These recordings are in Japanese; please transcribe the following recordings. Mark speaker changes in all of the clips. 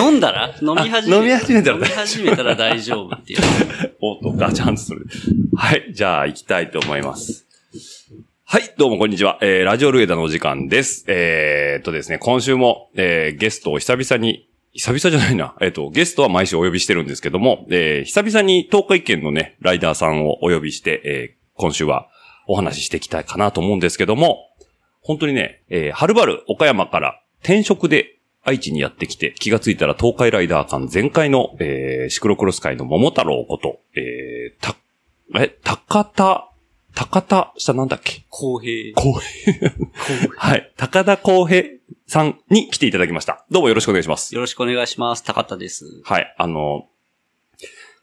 Speaker 1: 飲んだら飲み始めたら。
Speaker 2: 飲み始めたら
Speaker 1: 飲み始めたら大丈 夫っていう。
Speaker 2: おっと、ガチャンとする。はい、じゃあ行きたいと思います。はい、どうもこんにちは。えー、ラジオルエダのお時間です。えー、っとですね、今週も、えー、ゲストを久々に、久々じゃないな。えーっ、と、ゲストは毎週お呼びしてるんですけども、えー、久々に東海県のね、ライダーさんをお呼びして、えー、今週はお話ししていきたいかなと思うんですけども、本当にね、えー、はるばる岡山から転職で愛知にやってきて、気がついたら東海ライダー間全開の、えー、シクロクロス界の桃太郎こと、えー、た、え、高田、高田、下なんだっけ
Speaker 1: 公平。
Speaker 2: 公平。はい。高田公平さんに来ていただきました。どうもよろしくお願いします。
Speaker 1: よろしくお願いします。高田です。
Speaker 2: はい。あの、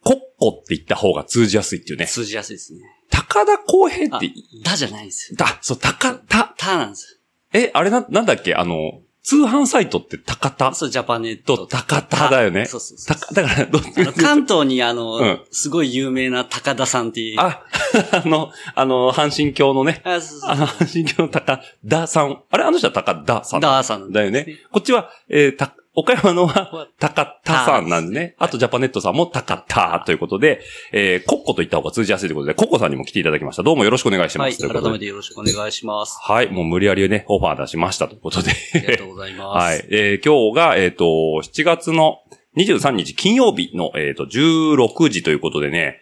Speaker 2: コッコって言った方が通じやすいっていうね。
Speaker 1: 通じやすいですね。
Speaker 2: 高田公平
Speaker 1: あ
Speaker 2: って、、
Speaker 1: だじゃないんですよ。
Speaker 2: だ、そう、高田、
Speaker 1: たなんです
Speaker 2: え、あれな、なんだっけあの、通販サイトって高田
Speaker 1: よ。そう、ジャパネッ
Speaker 2: と
Speaker 1: ト。
Speaker 2: 高田だよね。
Speaker 1: そうそうそ
Speaker 2: た
Speaker 1: う。
Speaker 2: だから、どっ
Speaker 1: あの関東にあの、
Speaker 2: うん
Speaker 1: すごい有名な高田さんっていう。
Speaker 2: あ、あ の、あの、阪神教のね、
Speaker 1: あ、そうそ
Speaker 2: あ
Speaker 1: う
Speaker 2: の、阪神教の高田さん。あれ、あの人は高田さん。
Speaker 1: ダーさん。
Speaker 2: だよね。こっちは、えーた、岡山のは高田さんなんでね。あと、ジャパネットさんも高田ということで、えー、コッコと言った方が通じやすいということで、コッコさんにも来ていただきました。どうもよろしくお願いしま
Speaker 1: は
Speaker 2: す。
Speaker 1: い。
Speaker 2: という
Speaker 1: 改
Speaker 2: こと
Speaker 1: め
Speaker 2: で。
Speaker 1: てよろしくお願いします。
Speaker 2: はい、もう無理やりね、オファー出しましたということで。
Speaker 1: ありがとうございます。
Speaker 2: はい。えー今日が、えっ、と、7月の23日金曜日の、えっ、と、16時ということでね、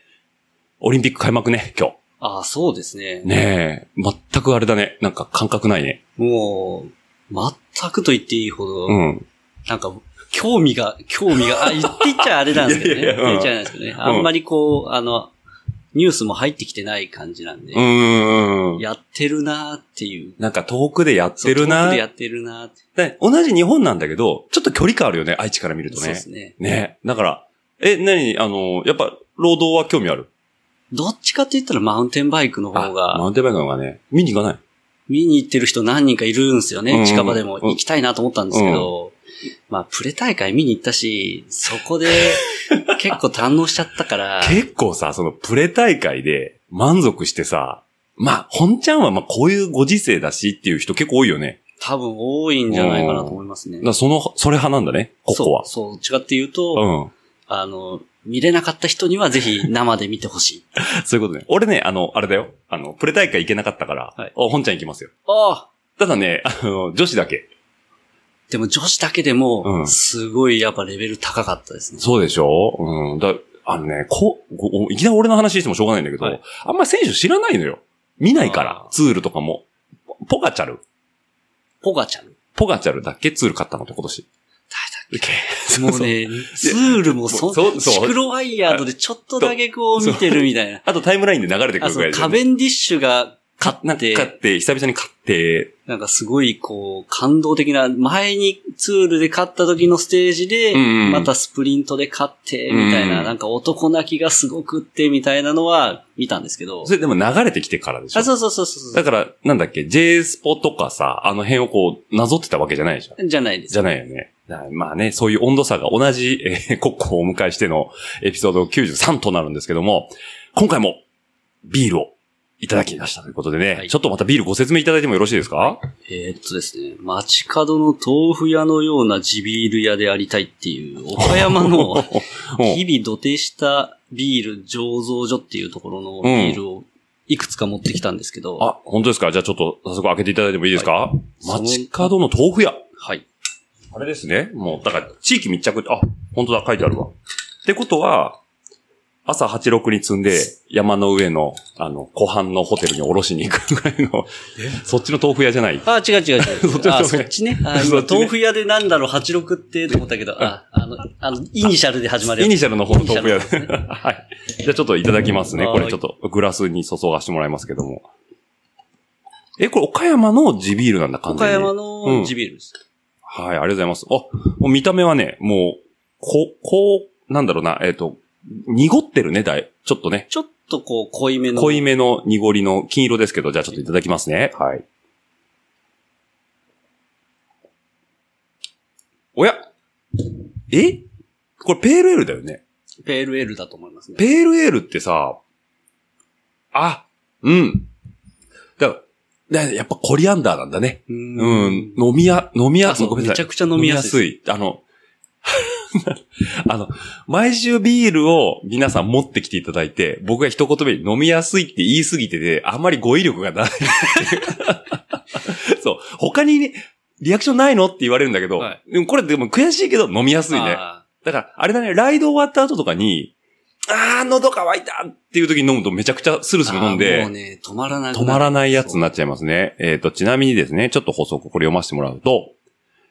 Speaker 2: オリンピック開幕ね、今日。
Speaker 1: あ、そうですね。
Speaker 2: ねえ、全くあれだね。なんか感覚ないね。
Speaker 1: もう、全くと言っていいほど、
Speaker 2: うん。
Speaker 1: なんか、興味が、興味が、あ、言って言っちゃあれなんですけど ね。
Speaker 2: いやいやいやうん
Speaker 1: 言っちゃあれなんですけどね。あんまりこう、あの、ニュースも入ってきてない感じなんで、
Speaker 2: うーん。
Speaker 1: やってるなーっていう。
Speaker 2: なんか遠くでやってる
Speaker 1: そう遠
Speaker 2: な
Speaker 1: くでやってるなーって。
Speaker 2: ね同じ日本なんだけど、ちょっと距離感あるよね、愛知から見ると
Speaker 1: そう
Speaker 2: ね。
Speaker 1: ですね。
Speaker 2: ねだから、え、何あの、やっぱ、労働は興味ある
Speaker 1: どっちかって言ったらマウンテンバイクの方
Speaker 2: あマ
Speaker 1: が、
Speaker 2: ウンテンバイクの方がね、見に行かない。
Speaker 1: 見に行ってる人何人かいるんですよ
Speaker 2: うん
Speaker 1: ね。近場でも行きたいなと思ったんですけど、まあ、プレ大会見に行ったし、そ こで結構堪能しちゃったから、
Speaker 2: 結構さ、そのプレ大会で満足してさ、まあ、本ちゃんはまあこういうご時世だしっていう人結構多いよね。
Speaker 1: 多分多いんじゃないかなと思いますね
Speaker 2: だか。らその、それ派なんだね、ここは。
Speaker 1: そう、そう、違って言う
Speaker 2: う
Speaker 1: と、
Speaker 2: ん。
Speaker 1: あの、見れなかった人には ぜひ生で見てほしい。
Speaker 2: そういうことね。俺ね、あの、あれだよ。あの、プレ大会行けなかったから、
Speaker 1: はい
Speaker 2: お本ちゃん行きますよ。
Speaker 1: ああ
Speaker 2: ただね、あの、女子だけ。
Speaker 1: でも女子だけで
Speaker 2: う
Speaker 1: も、
Speaker 2: ん
Speaker 1: すごいやっぱレベル高かったですね。
Speaker 2: そうでしょうん。だ、あのね、こう、ごいきなり俺の話してもしょうがないんだけど、
Speaker 1: はい
Speaker 2: あんまり選手知らないのよ。見ないから
Speaker 1: あ、ー
Speaker 2: ツールとかも。ポガチャル。
Speaker 1: ポガちゃん。
Speaker 2: ポガチャルだっけツール買ったのって今年。そう
Speaker 1: もう
Speaker 2: そう
Speaker 1: ね、ツールもそ、
Speaker 2: そうそう
Speaker 1: シクロワイヤードでちょっとだけこう見てるみたいな。
Speaker 2: あとタイムラインで流れてく
Speaker 1: あ、
Speaker 2: るぐら
Speaker 1: そう、
Speaker 2: いで。
Speaker 1: カベンディッシュが勝
Speaker 2: な
Speaker 1: っ
Speaker 2: んか買
Speaker 1: て、
Speaker 2: って、久々に買って、
Speaker 1: なんかすごいこう、感動的な、前にツールで勝った時のステージで、
Speaker 2: うんうん
Speaker 1: またスプリントで勝って、みたいな、
Speaker 2: うん
Speaker 1: なんか男泣きがすごくって、みたいなのは見たんですけど
Speaker 2: そ。れでも流れてきてからでしょ
Speaker 1: あ、そうそうそうそうそう
Speaker 2: だ。から、なんだっけ、J スポとかさ、あの辺をこう、なぞってたわけじゃないじゃん。
Speaker 1: じゃないです。
Speaker 2: じゃないよね。だからまあね、そういう温度差が同じ、えー、 国庫をお迎えしてのエピソード93となるんですけども、今回もビールをいただきましたということでね、
Speaker 1: はい
Speaker 2: ちょっとまたビールご説明いただいてもよろしいですか
Speaker 1: えーっとですね、街角の豆腐屋のような地ビール屋でありたいっていう、岡山 の
Speaker 2: うん
Speaker 1: 日々土手したビール醸造所っていうところのビールをいくつか持ってきたんですけど、
Speaker 2: あ、本当ですかじゃあちょっと早速開けていただいてもいいですか、
Speaker 1: その
Speaker 2: 街角の豆腐屋。
Speaker 1: はい。
Speaker 2: あれですね。もう、だから地域密着って、あ、本当だ、書いてあるわ。ってことは、朝86に積んで、山の上の、あの、湖畔のホテルにおろしに行くぐらいの、そっちの豆腐屋じゃない。
Speaker 1: あ、違う 違う違
Speaker 2: っ
Speaker 1: う。
Speaker 2: ちの豆腐屋
Speaker 1: あ、そっちね。あ
Speaker 2: そ
Speaker 1: 今
Speaker 2: っちね
Speaker 1: 豆腐屋でなんだろう、86ってと思ったけど、あ、あの、あの、イニシャルで始まるや
Speaker 2: イ
Speaker 1: つ
Speaker 2: ニシャルの方の豆腐屋
Speaker 1: イニシャ
Speaker 2: で。はい。じゃあちょっといただきますね。
Speaker 1: は
Speaker 2: こ
Speaker 1: い
Speaker 2: れちょっとグラスに注がしてもらいますけども。え、これ岡山の地ビールなんだ、完
Speaker 1: 岡
Speaker 2: 全に。
Speaker 1: 山
Speaker 2: はい、う
Speaker 1: の
Speaker 2: ん
Speaker 1: 地ビールです。
Speaker 2: ありがとうございます。あ、もう見た目はね、もう、こ、こう、なんだろうな、えっ、と、濁ってるね、だい。ちょっとね。
Speaker 1: ちょっとこう、濃いめの。
Speaker 2: 濃いめの濁りの金色ですけど、じゃあちょっといただきますね。はい。おやえこれペールエールだよね。
Speaker 1: ペールエールだと思いますね。
Speaker 2: ペールエールってさ、あ、うん。だから、だやっぱコリアンダーなんだね。
Speaker 1: う
Speaker 2: うん、飲みや、飲みや
Speaker 1: あそう
Speaker 2: ごめんなさい
Speaker 1: めちゃくちゃ飲みやす
Speaker 2: 飲みやすい。あの、 あの、毎週ビールを皆さん持ってきていただいて、僕が一言目に飲みやすいって言いすぎてて、あんまり語彙力がないっていう。 そう。他にね、リアクションないのって言われるんだけど、
Speaker 1: はい
Speaker 2: でもこれでも悔しいけど飲みやすいね。
Speaker 1: あ
Speaker 2: だから、あれだね、ライド終わった後とかに、あー、喉乾いたっていう時に飲むとめちゃくちゃスル
Speaker 1: ー
Speaker 2: スル飲んで、
Speaker 1: あーもうね、止まらない。
Speaker 2: 止まらないやつになっちゃいますね。えっ、と、ちなみにですね、ちょっと補足これ読ませてもらうと、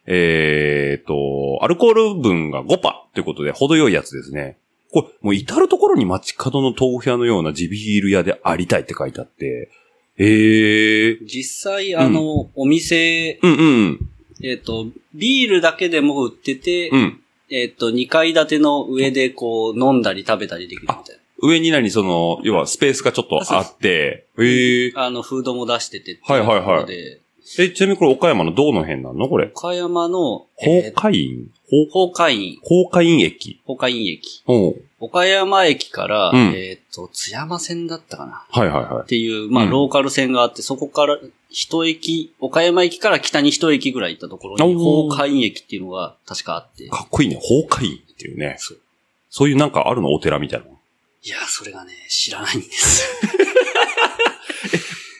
Speaker 2: えっ、と、アルコール分が5%ということで、程よいやつですね。これ、もう至るところに街角の豆腐屋のような地ビール屋でありたいって書いてあって、えー、
Speaker 1: 実際、あの、お店、
Speaker 2: うんうん、
Speaker 1: えっ、と、ビールだけでも売ってて、
Speaker 2: うん。
Speaker 1: えっ、と、2階建ての上でこう、飲んだり食べたりできるみたい
Speaker 2: 上に何その、要はスペースがちょっとあって、えー、
Speaker 1: な。あの、フードも出しててってう
Speaker 2: はいはいはい
Speaker 1: ところで、
Speaker 2: え、ちなみにこれ岡山のどの辺なのこれ。
Speaker 1: 岡山の、
Speaker 2: 崩
Speaker 1: ー
Speaker 2: 壊院崩
Speaker 1: 崩壊院、
Speaker 2: 崩壊院駅。
Speaker 1: 崩壊院駅。
Speaker 2: おう
Speaker 1: 岡山駅から、
Speaker 2: うん
Speaker 1: えっ、と、津山線だったかな。
Speaker 2: はいはいは
Speaker 1: っ
Speaker 2: い。
Speaker 1: ていう、まあ、
Speaker 2: うん
Speaker 1: ローカル線があって、そこから、一駅、岡山駅から北に一駅ぐらい行ったところに、
Speaker 2: おー
Speaker 1: 崩壊駅っていうのが確かあって。
Speaker 2: かっこいいね。崩壊院っていうね。
Speaker 1: そう
Speaker 2: そういうなんかあるのお寺みたいな。
Speaker 1: いや、それがね、知らないんです。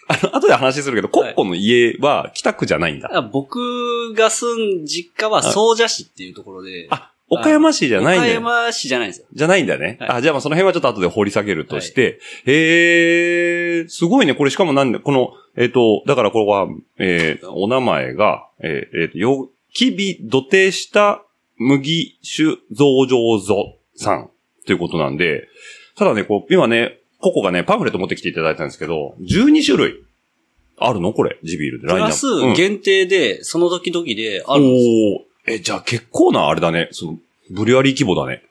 Speaker 2: あの、後で話するけど、コッコの家は北区じゃないんだ。
Speaker 1: 僕が住ん、実家は総社市っていうところで、
Speaker 2: あ、岡山市じゃないん
Speaker 1: 岡
Speaker 2: だよ。
Speaker 1: 山市じゃないんですよ。
Speaker 2: じゃないんだね。
Speaker 1: はい
Speaker 2: あ、じゃあまあその辺はちょっと後で掘り下げるとして。へえー、すごいね。これしかもなんで、この、えっ、と、だからこれは、えー、お名前が、えー、えーと、よ、きび土手した麦酒造醸造さんということなんで、ただね、こう、今ね、ここがね、パンフレット持ってきていただいたんですけど、12種類。あるのこれ、ジビールで。
Speaker 1: プラス
Speaker 2: ラインナップうん、
Speaker 1: 限定で、その時々であるんですよ。
Speaker 2: おおーえ、じゃあ結構なあれだね。その、ブリュアリー規模だね。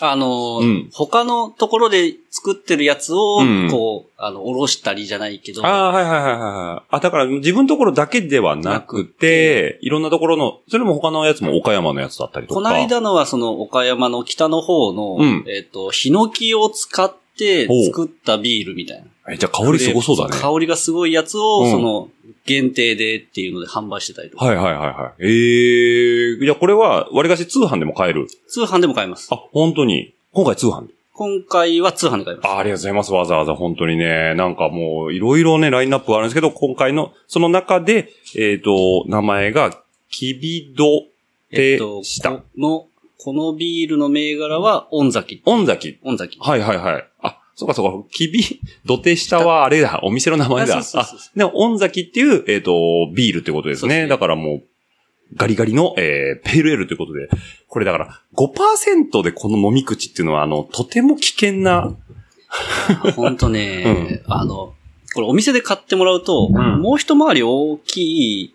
Speaker 1: あの、
Speaker 2: うん
Speaker 1: 他のところで作ってるやつを
Speaker 2: うん、
Speaker 1: こう、あの、おろしたりじゃないけど、
Speaker 2: ああ、はいはいはいはい。あ、だから自分のところだけではなくて、いろんなところの、それも他のやつも岡山のやつだったりとか。
Speaker 1: この間のはその岡山の北の方の、
Speaker 2: うん
Speaker 1: えっ、と、ヒノキを使って
Speaker 2: ほう
Speaker 1: 作ったビールみたいな。
Speaker 2: え、じゃあ香りすごそうだね。
Speaker 1: 香りがすごいやつを、
Speaker 2: うん
Speaker 1: その、限定でっていうので販売してたりとか。
Speaker 2: はいはいはいはい。ええー、じゃあこれは、割りかし通販でも買える。
Speaker 1: 通販でも買えます。
Speaker 2: あ、本当に。今回通販で。
Speaker 1: 今回は通販で買えます。
Speaker 2: あありがとうございます。わざわざ本当にね。なんかもう、いろいろね、ラインナップはあるんですけど、今回の、その中で、えっ、と、名前が、きびどて
Speaker 1: えっと、
Speaker 2: した。
Speaker 1: この、このビールの銘柄は、オンザキ。
Speaker 2: 御崎
Speaker 1: オンザキ。
Speaker 2: はいはいはい。あ、そうかそうか。きび、土手下はあれだ。お店の名前だ。
Speaker 1: あそうそうそうそ
Speaker 2: あでも、御崎っていう、えっ、と、ビールってことです
Speaker 1: そう
Speaker 2: ね。
Speaker 1: ですね
Speaker 2: だからもう、ガリガリの、えー、ペールエールということで。これだから、5%でこの飲み口っていうのは、あの、とても危険な、
Speaker 1: ほん とね、あの、これお店で買ってもらうと、
Speaker 2: ん
Speaker 1: もう一回り大きい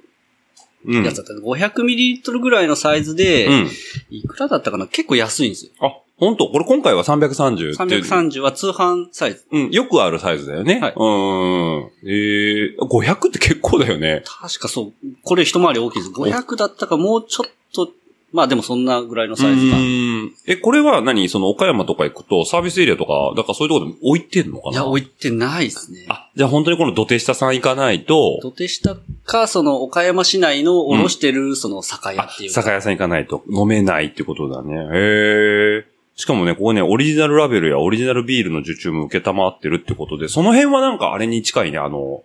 Speaker 2: うん。
Speaker 1: やつだった、500ミリリットルぐらいのサイズで、
Speaker 2: うん。
Speaker 1: いくらだったかな結構安いんですよ。
Speaker 2: あ、本当これ今回は330っていう。
Speaker 1: 330は通販サイズ。
Speaker 2: うん、よくあるサイズだよね。
Speaker 1: はいう
Speaker 2: ーん。えー、500って結構だよね。
Speaker 1: 確かそう、これ一回り大きいです。500だったかもうちょっと、まあでもそんなぐらいのサイズ
Speaker 2: う
Speaker 1: 感。い
Speaker 2: ーんえ、これは何その岡山とか行くとサービスエリアとか、だからそういうところでも置いてんのかな
Speaker 1: や、置いてないですね。
Speaker 2: あ、じゃあ本当にこの土手下さん行かないと、
Speaker 1: 土手下か、その岡山市内のおろしてる、その酒屋
Speaker 2: あ
Speaker 1: っていう、か。
Speaker 2: 酒屋さん行かないと飲めないってことだね。へえ。しかもね、ここね、オリジナルラベルやオリジナルビールの受注も受けたまってるってことで、その辺はなんかあれに近いね、あの、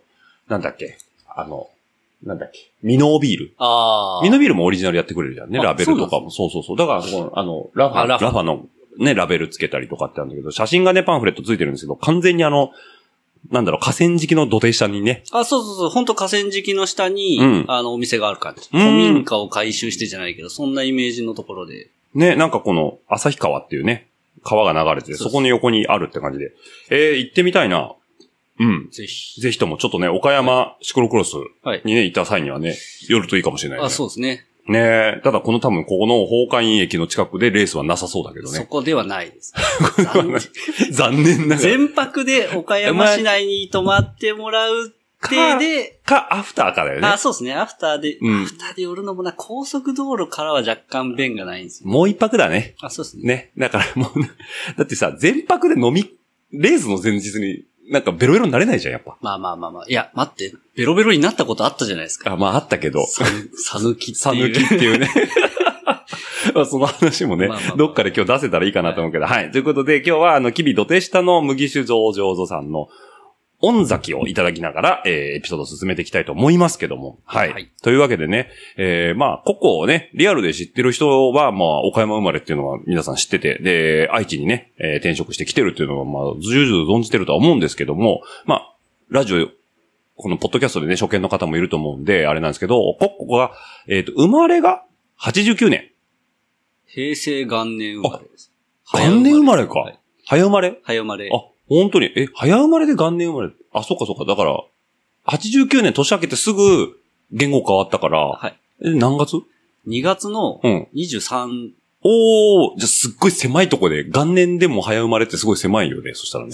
Speaker 2: なんだっけ、あの、なんだっけ、ミノービール。
Speaker 1: ああ。
Speaker 2: ミノービールもオリジナルやってくれるじゃんね、
Speaker 1: あ
Speaker 2: ラベルとかも。そうそうそう。だからそこの、あの、ラファ、ラ
Speaker 1: あラ
Speaker 2: フ
Speaker 1: フ
Speaker 2: ァのね、ラベルつけたりとかってあるんだけど、写真がね、パンフレットついてるんですけど、完全にあの、なんだろう、河川敷の土手下にね、
Speaker 1: あ、そうそうそう。本当河川敷の下に、
Speaker 2: うん
Speaker 1: あの、お店がある感じ。
Speaker 2: うん
Speaker 1: 古民家を改修してじゃないけど、そんなイメージのところで。
Speaker 2: ね、なんかこの、旭川っていうね、川が流れてて、
Speaker 1: そうそ
Speaker 2: そうこの横にあるって感じで。えー、行ってみたいな。うん。
Speaker 1: ぜひ。
Speaker 2: ぜひとも、ちょっとね、岡山シクロクロス
Speaker 1: はい。
Speaker 2: にね、行った際にはね、夜といいかもしれない、ね。
Speaker 1: あ、そうですね。
Speaker 2: ねえ。ただこの多分ここの宝海院駅の近くでレースはなさそうだけど
Speaker 1: そ
Speaker 2: ね。
Speaker 1: こではない です。
Speaker 2: 残念ながら。
Speaker 1: 全泊で岡山市内に泊まってもらう手で、
Speaker 2: か、アフターかだよね
Speaker 1: あ、。そうですね。アフターで、
Speaker 2: うん
Speaker 1: アフターで寄るのもな、高速道路からは若干便がないんですよ。
Speaker 2: もう一泊だね。
Speaker 1: あ、そうですね。
Speaker 2: ね。だからもう、 だってさ、全泊で飲み、レースの前日になんかベロベロになれないじゃん、やっぱ。
Speaker 1: まあまあまあまあ。いや、待って、ベロベロになったことあったじゃないですか。
Speaker 2: あまああったけど。
Speaker 1: ささぬきって
Speaker 2: さ
Speaker 1: い
Speaker 2: ぬ
Speaker 1: う。
Speaker 2: きっていう ね。まあその話もね
Speaker 1: まあまあま、あ
Speaker 2: どっかで今日出せたらいいかなと思うけど、はい。ということで、今日は、あの、キビ土手下の麦酒造醸造さんの、御崎をいただきながら、えーエピソードを進めていきたいと思いますけども。はい。
Speaker 1: はい
Speaker 2: というわけでね、えーまあ、ここをね、リアルで知ってる人は、まあ、岡山生まれっていうのは皆さん知ってて、で、愛知にね、えー転職してきてるっていうのは、まあ、重々存じてるとは思うんですけども、まあ、ラジオ、このポッドキャストでね、初見の方もいると思うんで、あれなんですけど、ここが、えっ、と、生まれが89年。
Speaker 1: 平成元年生まれです。
Speaker 2: あ元年生まれか
Speaker 1: はい
Speaker 2: 早生まれ
Speaker 1: 早生まれ。
Speaker 2: あ、本当に。え、早生まれで元年生まれ。あ、そっかそっか。だから、89年年明けてすぐ、言語変わったから、
Speaker 1: はい。
Speaker 2: え、何月
Speaker 1: 2月の
Speaker 2: うん。
Speaker 1: 23、
Speaker 2: おー、じゃあすっごい狭いとこで、元年でも早生まれってすごい狭いよね、そしたらね。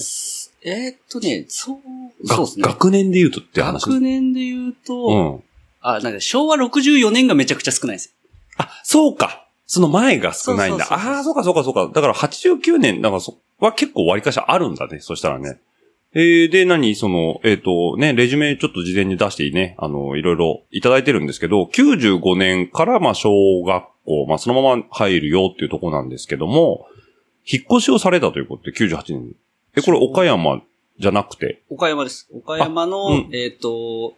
Speaker 1: えーっとね、そう、
Speaker 2: が
Speaker 1: そうですね。
Speaker 2: 学年で言うとって話。
Speaker 1: 学年で言うと、
Speaker 2: うん。
Speaker 1: あ、なんか昭和64年がめちゃくちゃ少ないです。
Speaker 2: あ、そうか。その前が少ないんだ。
Speaker 1: そうそうそうそう
Speaker 2: ああー、そうかそうかそうか。だから89年、だからそ、は結構割かしあるんだね。そしたらね。えー、で、何その、えっ、と、ね、レジュメちょっと事前に出してね、あの、いろいろいただいてるんですけど、95年から、まあ、小学校、まあ、そのまま入るよっていうとこなんですけども、引っ越しをされたということで、98年に。え、これ岡山じゃなくて、
Speaker 1: 岡山です。岡山の、
Speaker 2: あうん
Speaker 1: えーっと、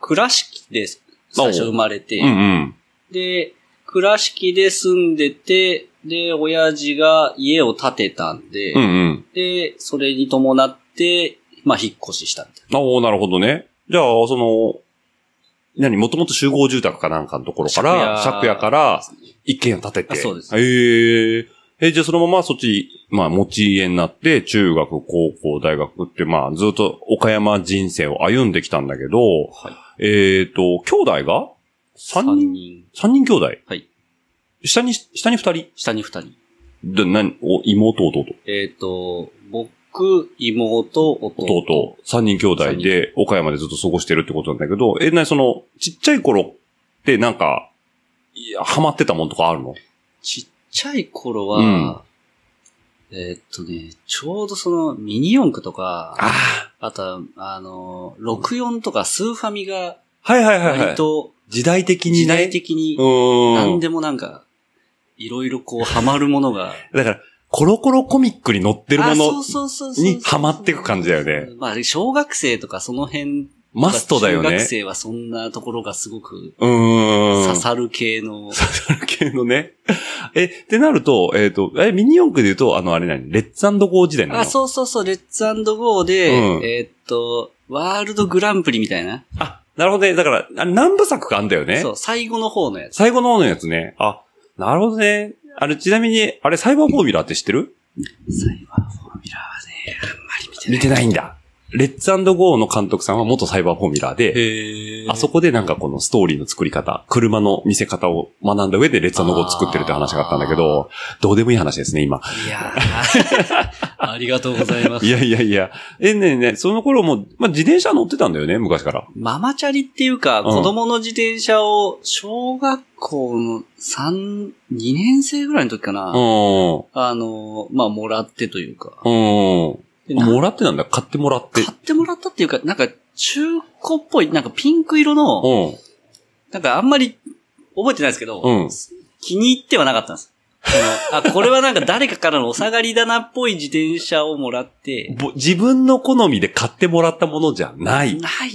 Speaker 1: 倉敷です。最初生まれて、
Speaker 2: うんうん。
Speaker 1: で、倉敷で住んでて、で、親父が家を建てたんで、
Speaker 2: うんうん。
Speaker 1: で、それに伴って、まあ、引っ越ししたみたい
Speaker 2: あおなるほどね。じゃあ、その、何、もともと集合住宅かなんかのところから、
Speaker 1: 借家
Speaker 2: 借家から一軒を建てて。
Speaker 1: あそうです
Speaker 2: えええ、じゃあそのままそっち、まあ持ち家になって、中学、高校、大学って、まあずっと岡山人生を歩んできたんだけど、
Speaker 1: はい
Speaker 2: えっ、と、兄弟が
Speaker 1: な。
Speaker 2: 三人、
Speaker 1: 人。
Speaker 2: 三人兄弟
Speaker 1: はい。
Speaker 2: 下に、下に二人
Speaker 1: 下に二人。
Speaker 2: で、何、お妹、弟。
Speaker 1: えっ、と、僕、妹、弟。
Speaker 2: 弟、三人兄弟で、岡山でずっと過ごしてるってことなんだけど、え、なにその、ちっちゃい頃ってなんか、いや、ハマってたもんとかあるの
Speaker 1: ちっちゃい頃は、
Speaker 2: うん
Speaker 1: えっ、とね、ちょうどそのミニ四駆とか、
Speaker 2: あ
Speaker 1: あとは、あの、64とかスーファミが、
Speaker 2: あ。はいはいはい、は
Speaker 1: 割
Speaker 2: い。
Speaker 1: と
Speaker 2: 時代的にね。
Speaker 1: 時代的に
Speaker 2: う、ーん。
Speaker 1: 何でもなんか、いろいろこう、ハマるものが、
Speaker 2: だから、コロコロコミックに載ってるも
Speaker 1: あそ
Speaker 2: の
Speaker 1: う、そうそうそう
Speaker 2: にハマってく感じだよね。
Speaker 1: まあ、小学生とかその辺、
Speaker 2: マストだよ
Speaker 1: 中学
Speaker 2: ね。
Speaker 1: 生はそんなところがすごく
Speaker 2: うーん。
Speaker 1: 刺さる系の、
Speaker 2: 系のね。え、ってなると、えっ、と、え、ミニ四駆で言うと、あの、あれ何レッツゴー時代なの
Speaker 1: あ、そうそうそう、レッツゴーで、
Speaker 2: うん
Speaker 1: えーっと、ワールドグランプリみたいな。
Speaker 2: あ、なるほどね。だから、あれ何部作かあんだよね。
Speaker 1: そう、最後の方のやつ。
Speaker 2: 最後の方のやつね。あ、なるほどね。あれ、ちなみに、あれ、サイバーフォーミュラーって知ってる
Speaker 1: 最後のフォーミュラーはね、あんまり見てない。
Speaker 2: 見てないんだ。レッツゴーの監督さんは元サイバーフォーミュラーで、
Speaker 1: へ
Speaker 2: あそこでなんかこのストーリーの作り方、車の見せ方を学んだ上でレッツゴーを作ってるって話があったんだけど、どうでもいい話ですね、 今。
Speaker 1: いやー ありがとうございま
Speaker 2: い
Speaker 1: す。
Speaker 2: やいやいや。え、ねえねえ、その頃も、まあ、自転車乗ってたんだよね、昔から。
Speaker 1: ママチャリっていうか、
Speaker 2: うん
Speaker 1: 子供の自転車を、小学校の3、2年生ぐらいの時か
Speaker 2: うん。
Speaker 1: な。あの、まあ、もらってというか。
Speaker 2: うん。
Speaker 1: でなん
Speaker 2: もらってなんだ、買ってもらって
Speaker 1: 買。ってもらったっていうか、なんか中古っぽい、なんかピンク色の、
Speaker 2: うん。
Speaker 1: なんかあんまり覚えてないですけど、
Speaker 2: うん
Speaker 1: 気に入ってはなかったんです。あのあ、これはなんか誰かからのお下がりだなっぽい自転車をもらって、
Speaker 2: ぼ自分の好みで買ってもらったものじゃない。
Speaker 1: ない、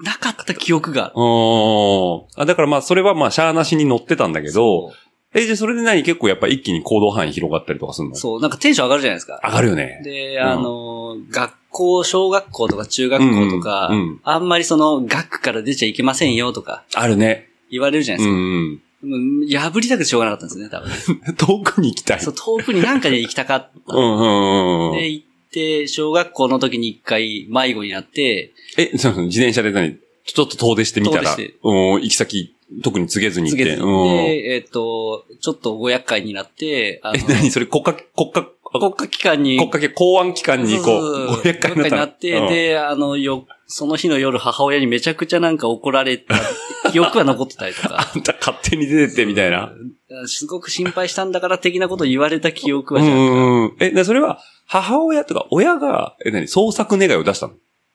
Speaker 1: なかった記憶がある。
Speaker 2: うーん。あ、だからまあ、それはまあ、しゃーなしに乗ってたんだけど、え、じゃあそれで何結構やっぱ一気に行動範囲広がったりとかするの
Speaker 1: そう、なんかテンション上がるじゃないですか。
Speaker 2: 上がるよね。
Speaker 1: で、
Speaker 2: うん
Speaker 1: あの、学校、小学校とか中学校とか、
Speaker 2: うんうんうん
Speaker 1: あんまりその学区から出ちゃいけませんよとか
Speaker 2: あるね。
Speaker 1: 言われるじゃな
Speaker 2: う
Speaker 1: いですか。
Speaker 2: ん、
Speaker 1: でも破りたくてしょうがなかったんですね、多分。
Speaker 2: うん。遠くに行きたい。
Speaker 1: そうう、遠くになんかで行きたかっ
Speaker 2: んうんうんう
Speaker 1: て
Speaker 2: ん。
Speaker 1: 行って、小学校の時に一回迷子になって、
Speaker 2: え、そうそう、自転車で何ちょっと遠出してみたら、
Speaker 1: 遠出して
Speaker 2: うん、行き先特に告げずに行っ
Speaker 1: 告げ
Speaker 2: て。
Speaker 1: ず
Speaker 2: う
Speaker 1: に
Speaker 2: ん。え、
Speaker 1: で、えっと、ちょっとご厄介になって、あの
Speaker 2: 何それ国家、国家、
Speaker 1: 国家機関に、
Speaker 2: 国家系公安機関にこう、
Speaker 1: そうそう
Speaker 2: ご厄介になった
Speaker 1: ご厄って、
Speaker 2: うん
Speaker 1: で、あの、よ、その日の夜母親にめちゃくちゃなんか怒られた記憶が残ってたり とか。
Speaker 2: あんた勝手に出てってみたいな。
Speaker 1: すごく心配したんだから的なこと言われた記憶
Speaker 2: う
Speaker 1: は
Speaker 2: ん
Speaker 1: じ
Speaker 2: う
Speaker 1: ゃあ
Speaker 2: んうん。え、でそれは、母親とか親が、え、何創作願いを出したの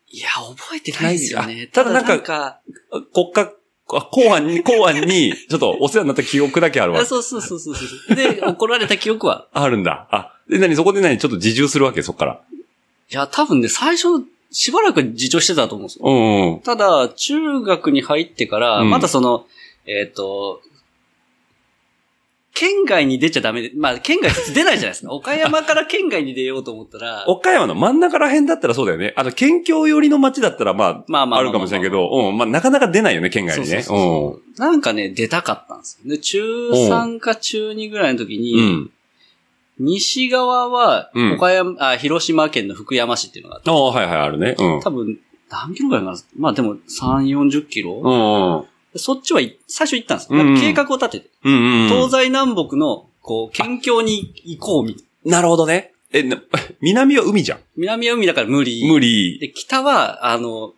Speaker 1: いや、覚えてないですよ
Speaker 2: ない
Speaker 1: ね。
Speaker 2: あ
Speaker 1: た
Speaker 2: ただ
Speaker 1: だ
Speaker 2: な
Speaker 1: なんん
Speaker 2: か
Speaker 1: か、
Speaker 2: あ国家、あ公安に、 公安に、ちょっとお世話になった記憶だけあるわ
Speaker 1: あ。そうそうそうそうそう。で、怒られた記憶は。
Speaker 2: あるんだ。あ、で、何そこで何ちょっと自重するわけそっから。
Speaker 1: いや、多分ね、最初、しばらく自重してたと思うんですよ。
Speaker 2: うんうん。
Speaker 1: ただ、中学に入ってから、
Speaker 2: うん
Speaker 1: まだその、えっ、と、県外に出ちゃダメで、まあ、県外普通出ないじゃないです か。岡山から県外に出ようと思ったら、
Speaker 2: 岡山の真ん中ら辺だったらそうだよね。あの、県境寄りの町だったら、ま
Speaker 1: まあ
Speaker 2: あ、
Speaker 1: まあまあまあまあ
Speaker 2: あるかもしれんけど、うん、まあ、なかなか出ないよね、県外にね。
Speaker 1: そうそうそうそうなんかね、出たかったんですよ。で、中3か中2ぐらいの時
Speaker 2: う
Speaker 1: に、
Speaker 2: ん。
Speaker 1: 西側は
Speaker 2: うん、
Speaker 1: 岡山、あ、広島県の福山市っていうのがあって
Speaker 2: ああ、はいはい、あるね。うん。
Speaker 1: 多分、何キロぐらいかなまあでも、3、40キロ、
Speaker 2: うんうん。
Speaker 1: そっちはい最初行ったんです
Speaker 2: う
Speaker 1: よ。
Speaker 2: んうん
Speaker 1: なんか計画を立てて。
Speaker 2: うんうん。
Speaker 1: 東西南北の、こう、県境に行こうみたいな。
Speaker 2: なるほどね。え、な 南は海じゃん。
Speaker 1: 南は海だから無理。
Speaker 2: 無理。
Speaker 1: で、北は、あの、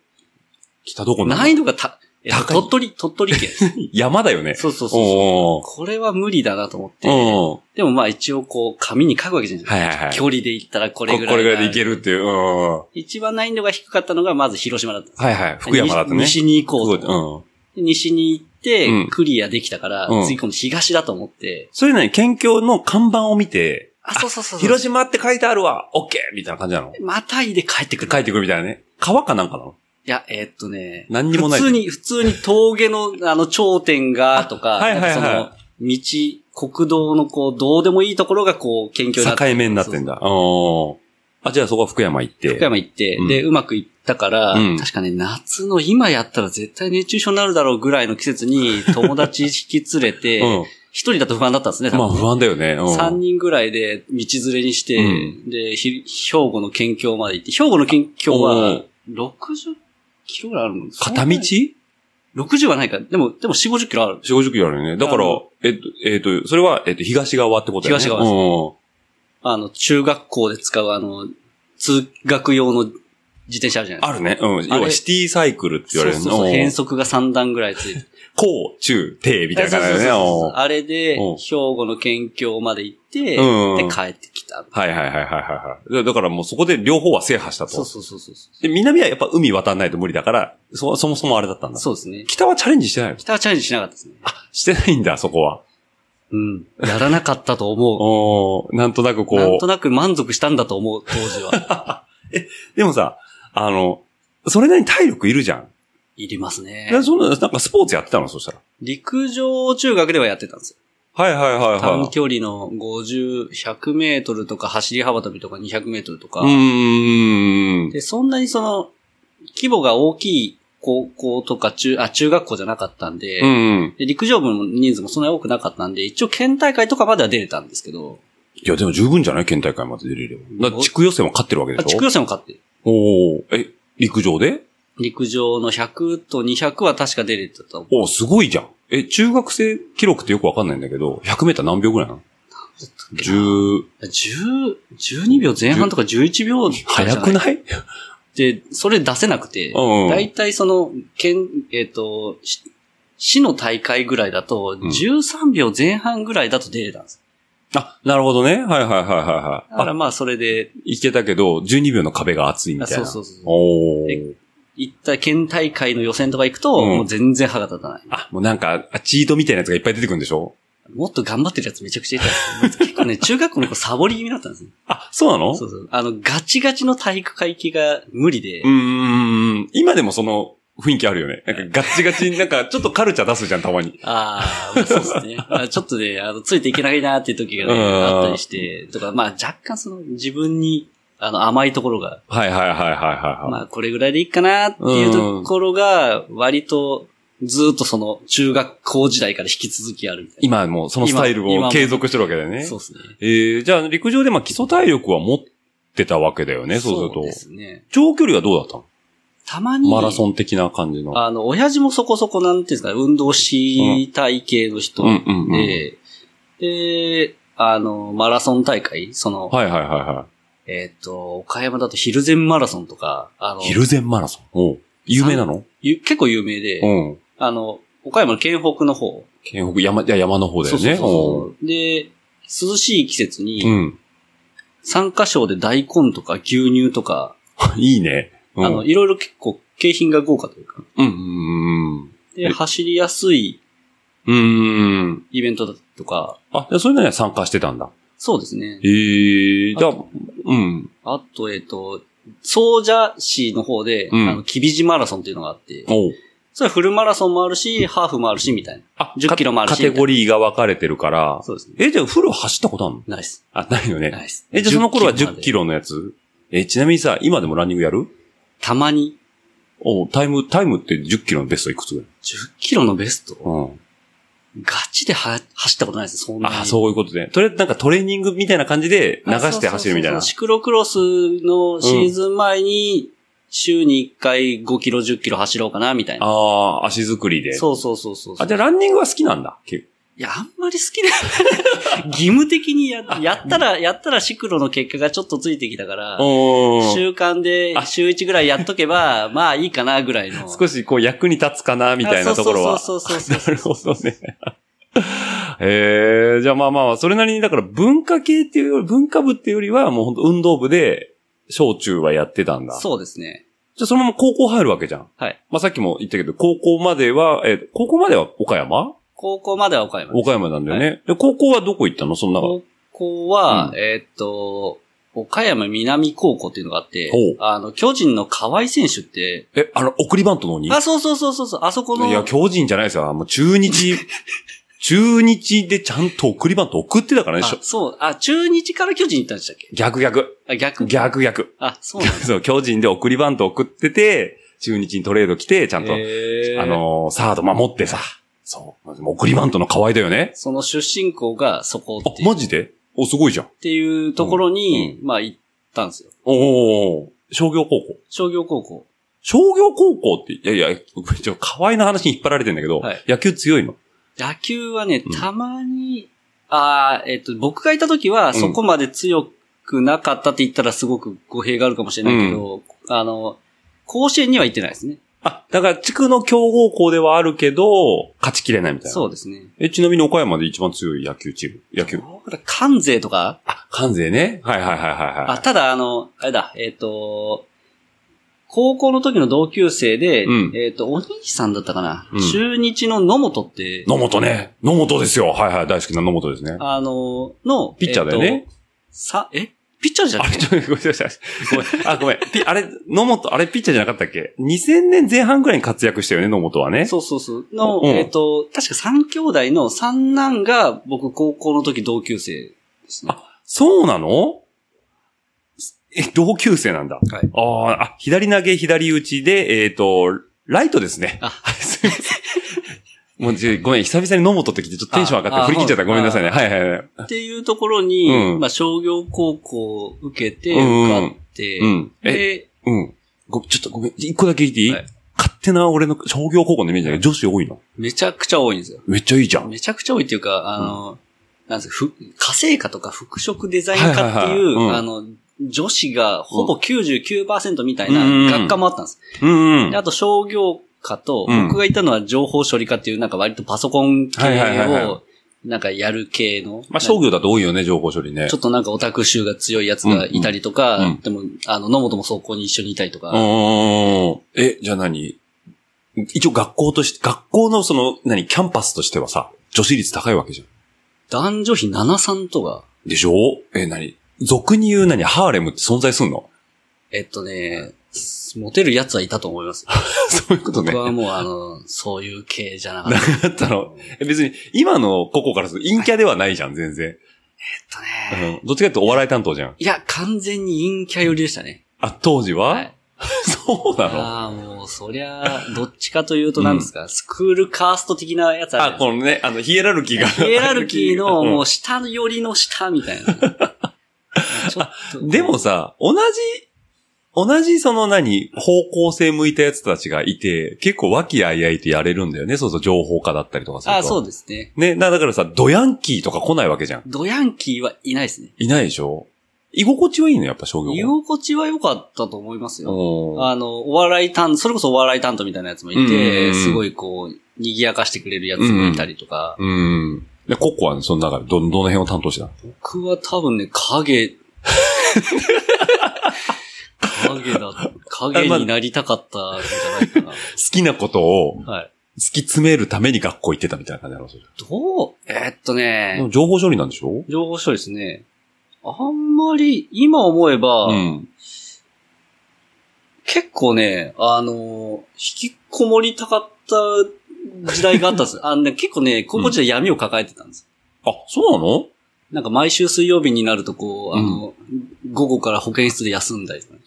Speaker 2: 北どこなの
Speaker 1: 難易度がた、えっ
Speaker 2: 高
Speaker 1: と
Speaker 2: い
Speaker 1: 鳥取、鳥取県 です。
Speaker 2: 山だよね。
Speaker 1: そうそうそうそう。
Speaker 2: おー
Speaker 1: これは無理だなと思っ
Speaker 2: うん。
Speaker 1: て。でもまあ一応こう、紙に書くわけじゃないですか。
Speaker 2: はいはいはい。
Speaker 1: 距離で行ったらこ
Speaker 2: こ
Speaker 1: れぐらい。
Speaker 2: これぐらいでいけるっていう。うん。は
Speaker 1: 一番難易度が低かったのがまず広島だったんです。
Speaker 2: いはい。福山だったね。
Speaker 1: 西西に行こうと。
Speaker 2: うん。
Speaker 1: で西に行って
Speaker 2: うん、
Speaker 1: クリアできたから、
Speaker 2: うん
Speaker 1: 次今度東だと思って。
Speaker 2: それなに、県境の看板を見て、
Speaker 1: あ、そうそうそうそう。
Speaker 2: 広島って書いてあるわ、オッケーみたいな感じなの
Speaker 1: またいで帰ってくる。
Speaker 2: 書いてくるみたいなね。川かなんかなの
Speaker 1: いや、えーっとね。
Speaker 2: 何にもない
Speaker 1: 普通に、普通に峠の、あの、頂点が、とか、
Speaker 2: はいはいはい
Speaker 1: なんかその、道、国道の、こう、どうでもいいところが、こう、県境になって
Speaker 2: 境目になってんだ。おーあ、じゃあそこは福山行って。
Speaker 1: 福山行って、
Speaker 2: うん
Speaker 1: で、うまくいったから、
Speaker 2: うん
Speaker 1: 確かね、夏の今やったら絶対熱中症になるだろうぐらいの季節に、友達引き連れ て、一、人だと不安だったんですね、
Speaker 2: うん。まあ不安だよね。うん
Speaker 1: 3人ぐらいで道連れにして、
Speaker 2: うん
Speaker 1: で、ひ兵庫の県境まで行って、兵庫の県境
Speaker 2: お
Speaker 1: は
Speaker 2: う、
Speaker 1: 60キロぐらいあるもん
Speaker 2: 片道 ?40、
Speaker 1: ?60 はないか。でも、でも4、50キロある。
Speaker 2: 50キロあるよね。だから
Speaker 1: あの、
Speaker 2: えっと、えっと、それは、えっと、東側ってことだよね。
Speaker 1: 東側です
Speaker 2: 側
Speaker 1: あの、中学校で使う、あの、通学用の自転車あるじゃない
Speaker 2: あ
Speaker 1: で
Speaker 2: るね。うん。要はシティサイクルって
Speaker 1: す
Speaker 2: 言
Speaker 1: か。
Speaker 2: われる
Speaker 1: そう
Speaker 2: の。
Speaker 1: そうそう。変
Speaker 2: う
Speaker 1: 速が3段ぐらいついてる。
Speaker 2: ん高、中、低みたいな感じだ
Speaker 1: そうそうそうそ
Speaker 2: よ
Speaker 1: う
Speaker 2: ね。
Speaker 1: あれで、
Speaker 2: うん
Speaker 1: 兵庫の県境まで行って、
Speaker 2: うん
Speaker 1: で、帰ってきた。
Speaker 2: うんはいはいはいはいはいはい。だだからもうそこで両方は制覇した
Speaker 1: そ
Speaker 2: と。
Speaker 1: うそうそうそう。
Speaker 2: で、南はやっぱ海渡んないと無理だから、そ、そもそもあれだったんだ。
Speaker 1: そうですね。
Speaker 2: 北はチャレンジしてないの
Speaker 1: 北はチャレンジしなかったですね。
Speaker 2: してないんだ、そこは。
Speaker 1: うん。やらなかったと思う。
Speaker 2: おーなんとなくこう。
Speaker 1: なんとなく満足したんだと思う、当時は。
Speaker 2: でもさ、あの、それなりに体力いるじゃん。
Speaker 1: いりますね。
Speaker 2: えそんな、なんかスポーツやってたのそしたら。
Speaker 1: 陸上中学ではやってたんですよ。
Speaker 2: はいはいはいは
Speaker 1: 短
Speaker 2: い。
Speaker 1: 距離の50、100メートルとか走り幅跳びとか200メートルとか。
Speaker 2: うーん。
Speaker 1: で、そんなにその、規模が大きい高校とか中、あ、中学校じゃなかったんで、
Speaker 2: うん。
Speaker 1: で陸上部の人数もそんなに多くなかったんで、一応県大会とかまでは出れたんですけど、
Speaker 2: いや、でも十分じゃない県大会まで出れれば。だから地区予選は勝ってるわけ
Speaker 1: あ
Speaker 2: でし
Speaker 1: 地
Speaker 2: ょ
Speaker 1: 区予選を勝って、
Speaker 2: おーえ、陸上で
Speaker 1: 陸上の100と200は確か出れてたと思う。
Speaker 2: おーすごいじゃん。え、中学生記録ってよくわかんないんだけど、100メーター何秒ぐらいなの十、
Speaker 1: 10、12秒前半とか11秒とかじゃ
Speaker 2: 早く
Speaker 1: い
Speaker 2: ない
Speaker 1: で、それ出せなくて、
Speaker 2: うんうん
Speaker 1: 大体その、県、えっ、と、し市の大会ぐらいだと、
Speaker 2: ん
Speaker 1: 13秒前半ぐらいだと出れたんです。
Speaker 2: あ、なるほどね。はいはいはいはい
Speaker 1: だか
Speaker 2: はい。
Speaker 1: ら
Speaker 2: あ、
Speaker 1: まあそれで、
Speaker 2: いけたけど、12秒の壁が厚いみたいな。
Speaker 1: あそうそうそうそう
Speaker 2: お
Speaker 1: え
Speaker 2: ー
Speaker 1: 行った県大会の予選とか行くと、
Speaker 2: うん
Speaker 1: もう全然歯が立たない。
Speaker 2: あ、もうなんか、あチートみたいなやつがいっぱい出てくるんでしょ
Speaker 1: もっと頑張ってるやつめちゃくちゃいた んです。結構ね、中学校の子サボり気味だったんですね。
Speaker 2: あ、そうなの
Speaker 1: そうそう。あの、ガチガチの体育会系が無理で、
Speaker 2: うーん。今でもその雰囲気あるよね。なんかガッチガチになんかちょっとカルチャー出すじゃん、たまに。
Speaker 1: ああ、まあそうです ね。まあちょっとね、あの、ついていけないなっていう時がね、
Speaker 2: うん
Speaker 1: あったりして、とか、まあ若干その自分に、あの、甘いところが、
Speaker 2: はいはいはいはいはい。はい
Speaker 1: まあこれぐらいでいいかなっていうところが、割と、ずっとその中学校時代から引き続きあるみたいな。
Speaker 2: 今もうそのスタイル
Speaker 1: 今今
Speaker 2: を
Speaker 1: も
Speaker 2: 継続してるわけだよね
Speaker 1: そ。うですね。
Speaker 2: えー、じゃあ陸上でまあ基礎体力は持ってたわけだよね、そうすると。
Speaker 1: ですね。
Speaker 2: 長距離はどうだったの
Speaker 1: たまに、
Speaker 2: マラソン的な感じの。
Speaker 1: あの、親父もそこそこなんていうんですかね、運動し体系の人で、
Speaker 2: うんうんうんうん
Speaker 1: で、あの、マラソン大会、その、
Speaker 2: はいはいはいは
Speaker 1: えっ、と、岡山だとヒルゼンマラソンとか、あの
Speaker 2: い。、昼前マラソン。おう有名なの
Speaker 1: ゆ結構有名で、
Speaker 2: うん。
Speaker 1: あの、岡山の県北の方。
Speaker 2: 県北、山、いや山の方だよね。
Speaker 1: そうそうそうそうで、涼しい季節
Speaker 2: おう
Speaker 1: に、
Speaker 2: うん。
Speaker 1: 参加賞で大根とか牛乳とか、
Speaker 2: いいね。うん
Speaker 1: あの、いろいろ結構景品が豪華というか、
Speaker 2: うんうんえ
Speaker 1: で、走りやすい
Speaker 2: うんうん。うんうんうん。
Speaker 1: イベントだとか、
Speaker 2: あ、じゃあそういうのには参加してたんだ。
Speaker 1: そうですね。
Speaker 2: ええ、じゃあ
Speaker 1: あと、
Speaker 2: うん。
Speaker 1: あと、えっ、と、総社市の方で、
Speaker 2: うん
Speaker 1: あの、きびじマラソンっていうのがあって、
Speaker 2: おう
Speaker 1: それはフルマラソンもあるし、ハーフもあるし、みたいな。
Speaker 2: あ
Speaker 1: 10キロもあるし
Speaker 2: カテゴリーが分かれてるから。
Speaker 1: そうですね。
Speaker 2: え、じゃあフル走ったことあるの
Speaker 1: ナイス。
Speaker 2: あ、ないよね。
Speaker 1: ナイス。
Speaker 2: え、じゃあその頃は10キロ
Speaker 1: ロまで。
Speaker 2: のやつえ、ちなみにさ、今でもランニングやる
Speaker 1: たまに、
Speaker 2: おうタイム、タイムって10キロのベストいくつぐらい
Speaker 1: 10キロのベスト、
Speaker 2: うん。
Speaker 1: ガチでは走ったことないですそんなに。
Speaker 2: あ、そういうことで。とりあえずなんかトレーニングみたいな感じで流して走るみたいな
Speaker 1: そうそうそう。シクロクロスのシーズン前に、週に1回5キロ、10キロ走ろうかな、みたいな。
Speaker 2: ああ、足作りで。
Speaker 1: そうそうそうそう。
Speaker 2: あ、じゃあランニングは好きなんだ。け
Speaker 1: いや、あんまり好きで 義務的にや、やったら、やったらシクロの結果がちょっとついてきたから、
Speaker 2: おー
Speaker 1: 習慣で
Speaker 2: あ
Speaker 1: 週1ぐらいやっとけば、 まあいいかな、ぐらいの。
Speaker 2: 少しこう役に立つかな、みたいなところは。
Speaker 1: あそうそうそうそうそ
Speaker 2: な
Speaker 1: う
Speaker 2: るほどね。ええじゃあまあまあ、それなりに、だから文化系っていうより、文化部っていうよりは、もう本当運動部で、小中はやってたんだ。
Speaker 1: そうですね。
Speaker 2: じゃあそのまま高校入るわけじゃん。
Speaker 1: はい。
Speaker 2: まあさっきも言ったけど、高校までは、えー高校までは岡山
Speaker 1: 高校までは岡山。
Speaker 2: 岡山なんだよね。で、高校はどこ行ったのそんな。
Speaker 1: 高校は、
Speaker 2: う
Speaker 1: えーっと、岡山南高校っていうのがあって
Speaker 2: ほう、
Speaker 1: あの、巨人の河合選手って、
Speaker 2: え、あの、送りバントの鬼
Speaker 1: あ、そうそうそうそうそう、あそこの、
Speaker 2: いや、巨人じゃないですよ。もう中 日、中日でちゃんと送りバント送ってたからね。しょ
Speaker 1: あそう、あ、中日から巨人行ったんでしたっけ
Speaker 2: 逆逆。
Speaker 1: あ、逆。
Speaker 2: 逆逆。
Speaker 1: あ、そうなん
Speaker 2: そう、巨人で送りバント送ってて、中日にトレード来て、ちゃんと、
Speaker 1: だ。
Speaker 2: あ、のーサード守ってさ。そう。送りバントの河合だよね。
Speaker 1: その出身校がそこ
Speaker 2: あ
Speaker 1: っ、ていう
Speaker 2: マジでお、すごいじゃん。
Speaker 1: っていうところに、まあ行ったんですよ。
Speaker 2: おお商業高校。
Speaker 1: 商業高校。
Speaker 2: 商業高校って、いやいや、ちょ、河合の話に引っ張られてんだけど、
Speaker 1: はい
Speaker 2: 野球強いの。
Speaker 1: 野球はね
Speaker 2: うん、
Speaker 1: たまに、ああ、えっと、僕がいた時は、そこまで強くなかったって言ったらすごく語弊があるかもしれないけど、あの、甲子園には行ってないですね。
Speaker 2: あ、だから地区の強豪校ではあるけど、勝ちきれないみたいな。
Speaker 1: そうですね。
Speaker 2: え、ちなみに岡山で一番強い野球チーム。野球。
Speaker 1: 僕ら関西とか、
Speaker 2: あ、関西ね。はいはいはいはいは
Speaker 1: あ、ただあの、あれだ、えっと、高校の時の同級生で、
Speaker 2: うん
Speaker 1: えっと、お兄さんだったかな、
Speaker 2: うん
Speaker 1: 中日の野本って
Speaker 2: い。、野本ね。野本ですよ。はいはい。大好きな野本ですね。
Speaker 1: あの、の、
Speaker 2: ピッチャーだよ
Speaker 1: えっ
Speaker 2: ね
Speaker 1: と。さ、えピッチャーじゃ
Speaker 2: あ
Speaker 1: な
Speaker 2: れ、
Speaker 1: くて
Speaker 2: ちょっとごめんなさい。ごめん。あ、ごめん。ピあれ、野本、あれ、ピッチャーじゃなかったっけ ?2000 年前半くらいに活躍したよね、野本はね。
Speaker 1: そうそうそう。の、
Speaker 2: うん
Speaker 1: えっ、と、確か三兄弟の三男が僕高校の時同級生ですね。
Speaker 2: そうなのえ、同級生なんだ。
Speaker 1: はい
Speaker 2: あーあ、左投げ、左打ちで、えっ、と、ライトですね。
Speaker 1: あ
Speaker 2: はい、 すいません。もうちょ、ごめん、久々に野本ってきて、ちょっとテンション上がって、
Speaker 1: あ
Speaker 2: 振り切っちゃった。
Speaker 1: あ
Speaker 2: ごめんなさいね。はいはいはい。
Speaker 1: っていうところに、
Speaker 2: うん
Speaker 1: まあ商業高校を受けて、
Speaker 2: うんうんうん
Speaker 1: 受かって、
Speaker 2: うん。え、
Speaker 1: で、
Speaker 2: うん。ご、ちょっとごめん、一個だけ聞いていい、
Speaker 1: はい
Speaker 2: 勝手な俺の商業高校のイメージだけど、女子多いの。
Speaker 1: めちゃくちゃ多いんですよ。
Speaker 2: めっちゃいいじゃん。
Speaker 1: めちゃくちゃ多いっていうか、あの、なんですか、ふ家政科とか服飾デザイン科ってい、
Speaker 2: はいうはいはいうん
Speaker 1: あの、女子がほぼ99%みたい
Speaker 2: うんうんうん
Speaker 1: な学科もあったんです。
Speaker 2: うんうん。
Speaker 1: であと商業科と、
Speaker 2: うん
Speaker 1: 僕がいたのは情報処理科っていう、なんか割とパソコン系
Speaker 2: はいはいはいは
Speaker 1: を、なんかやる系の。
Speaker 2: まあ、商業だと多いよね、情報処理ね。
Speaker 1: ちょっとなんかオタク臭が強いやつがいたりとか、
Speaker 2: うんうん
Speaker 1: でも、あの、野本も走行に一緒にいたりとか、
Speaker 2: うんうんうんうん。え、じゃあ何一応学校として、学校のその、何、キャンパスとしてはさ、女子率高いわけじゃ
Speaker 1: 男女比73とか、
Speaker 2: ん。でしょえ、何俗に言う何、ハーレムって存在すんの
Speaker 1: えっとね、モテるやつはいたと思います。
Speaker 2: そういうことね
Speaker 1: 僕。はもうあの、そういう系じゃなかっ
Speaker 2: な
Speaker 1: た。
Speaker 2: かったの。え別に、今のここからすると陰キャではないじゃん、全然。
Speaker 1: えっとね、
Speaker 2: うん。どっちかっていうとお笑い担当じゃん。
Speaker 1: いや、完全に陰キャ寄りでしたね。
Speaker 2: あ、当時は、
Speaker 1: はい
Speaker 2: そうなの
Speaker 1: ああ、もう、そりゃ、どっちかというと何ですか、スクールカースト的なやつあるじゃな
Speaker 2: あ、
Speaker 1: いですか
Speaker 2: このね、あの、ヒエラルキーが。
Speaker 1: ヒエラルキーの、
Speaker 2: うん
Speaker 1: もう下 寄りの下みたいな。ちょっと
Speaker 2: でも、さ、同じ、同じその何、方向性向いたやつたちがいて、結構和気あいあいとやれるんだよね。そうそう、情報化だったりとかすると。
Speaker 1: あそうですね。
Speaker 2: ね、なだからさ、ドヤンキーとか来ないわけじゃん。
Speaker 1: ドヤンキーはいないですね。
Speaker 2: いないでしょ居心地はいいのやっぱ商業
Speaker 1: 居心地は良かったと思いますよ。
Speaker 2: うん
Speaker 1: あの、お笑い担、それこそお笑い担当みたいなやつもい
Speaker 2: うんうんう
Speaker 1: て、
Speaker 2: ん
Speaker 1: すごいこう、賑やかしてくれるやつもいたりとか、
Speaker 2: うん。で、ココはその中でど、どの辺を担当してたの
Speaker 1: 僕は多分ね、影、影 だ、影になりたかったんじゃないか
Speaker 2: 好きなことを
Speaker 1: な。はい。
Speaker 2: 突き詰めるために学校行ってたみたいな感じなのそれ
Speaker 1: どうえーっと
Speaker 2: でも
Speaker 1: ね、
Speaker 2: 情報処理なんでしょ
Speaker 1: 情報処理ですね。あんまり、今思えば、
Speaker 2: うん。
Speaker 1: 結構ね、あのー、引きこもりたかった時代があっ たんです。あのね、結構ね、高校時代闇を抱えてたんです。
Speaker 2: あ、そうなの
Speaker 1: なんか毎週水曜日になるとこう、あの、午後から保健室で休んだりとかね。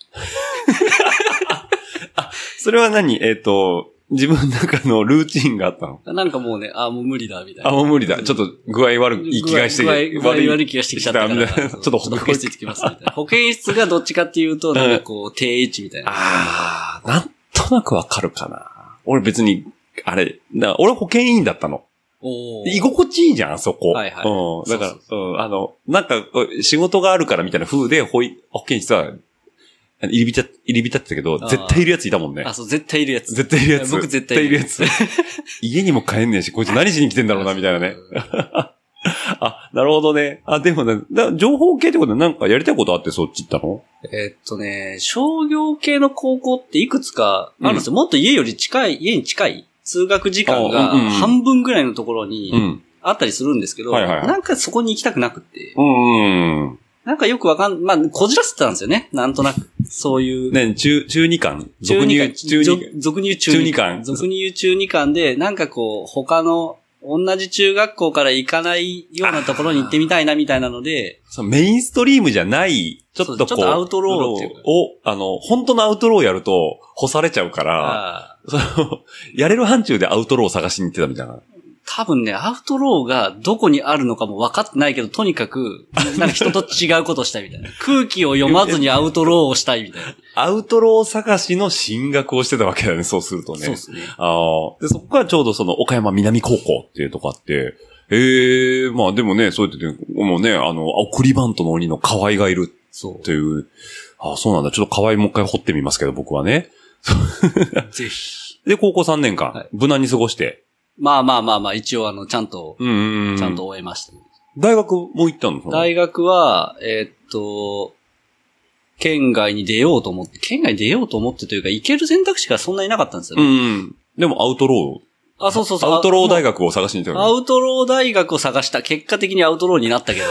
Speaker 2: それは何えっ、と、自分の中のルーチンがあったの
Speaker 1: なんかもうね、あ、もう無理だ、みたいな。
Speaker 2: あ、もう無理だ。ちょっと具合悪い気がして
Speaker 1: 具合具合具合悪い気がしてきちゃったか
Speaker 2: み
Speaker 1: ら。
Speaker 2: たいなちょっと
Speaker 1: 保健室行ってきます、みたい な。保健室がどっちかっていうと、なんかこう、定位置みたいな。
Speaker 2: あー、なんとなくわかるかな。俺別に、あれ、だ俺保健委員だったの。
Speaker 1: おー
Speaker 2: 居心地いいじゃん、そこ。
Speaker 1: はいはい
Speaker 2: うん。だから、
Speaker 1: そう
Speaker 2: うん、あの、なんか、こう仕事があるからみたいな風で、ほい、保健室は、あの入り浸っ入り浸ってたけど、
Speaker 1: あー
Speaker 2: 絶対いるやついたもんね
Speaker 1: あ、。そう、絶対いるやつ。
Speaker 2: 絶対いるやつ。
Speaker 1: 僕絶対
Speaker 2: いるやつ。家にも帰んねえし、こいつ何しに来てんだろうな、みたいなね。あ、なるほどね。あ、でもね、だ情報系ってことでなんかやりたいことあってそっち行ったの
Speaker 1: えっとね、商業系の高校っていくつかあるんですよ。もっと家より近い、家に近い通学時間が
Speaker 2: あうんうんうん
Speaker 1: 半分ぐらいのところ
Speaker 2: う
Speaker 1: に
Speaker 2: ん。
Speaker 1: あったりするんですけど、
Speaker 2: はいはいはい
Speaker 1: なんかそこに行きたくなくって、
Speaker 2: うんうん。
Speaker 1: なんかよくわかん、まあ、こじらせてたんですよね。なんとなく、そういう。
Speaker 2: ね、中、中二巻
Speaker 1: 中
Speaker 2: 俗に言う、
Speaker 1: 二
Speaker 2: 中
Speaker 1: 貫
Speaker 2: 二
Speaker 1: 俗俗に言う中二
Speaker 2: 中二貫
Speaker 1: 貫。俗に言う中二貫で、なんかこう、他の、同じ中学校から行かないようなところに行ってみたいなみたいなので、
Speaker 2: そのメインストリームじゃない、ちょっとこう、
Speaker 1: そうちょっとアウトローっていうか
Speaker 2: を、あの、本当のアウトローやると、干されちゃうから、
Speaker 1: あー
Speaker 2: その、やれる範疇でアウトローを探しに行ってたみたいな。
Speaker 1: 多分ね、アウトローがどこにあるのかも分かってないけど、とに かく、なんか人と違うことをしたいみたいな。空気を読まずにアウトローをしたいみたいな。
Speaker 2: アウトロー探しの進学をしてたわけだね、 そうするとね。
Speaker 1: そうですね。
Speaker 2: ああ。で、そこからちょうどその岡山南高校っていうとこあって、ええまあでもね、そうやってね、もうね、あの、送りバントの鬼の河合がいる
Speaker 1: そ
Speaker 2: という、ああ、そうなんだ。ちょっと河合もう一回掘ってみますけど、僕はね。
Speaker 1: う。ぜひ。
Speaker 2: で、高校3年間、
Speaker 1: はい
Speaker 2: 無難に過ごして。
Speaker 1: まあまあまあまあ、一応あの、ちゃんと、
Speaker 2: うんうんうん。
Speaker 1: ちゃんと。終えました。
Speaker 2: 大学も行ったの
Speaker 1: 大学は、えーっと、県外に出ようと思って、県外に出ようと思ってというか、行ける選択肢がそんなになかったんですよ
Speaker 2: う
Speaker 1: ね。
Speaker 2: んうん。でもアウトロ
Speaker 1: あ、そうそう
Speaker 2: ー。
Speaker 1: そう。
Speaker 2: アウトロー大
Speaker 1: 学。
Speaker 2: 学を探しに行った
Speaker 1: ア
Speaker 2: よね
Speaker 1: ウトロー大学を探した。結果的にアウトローになった けど。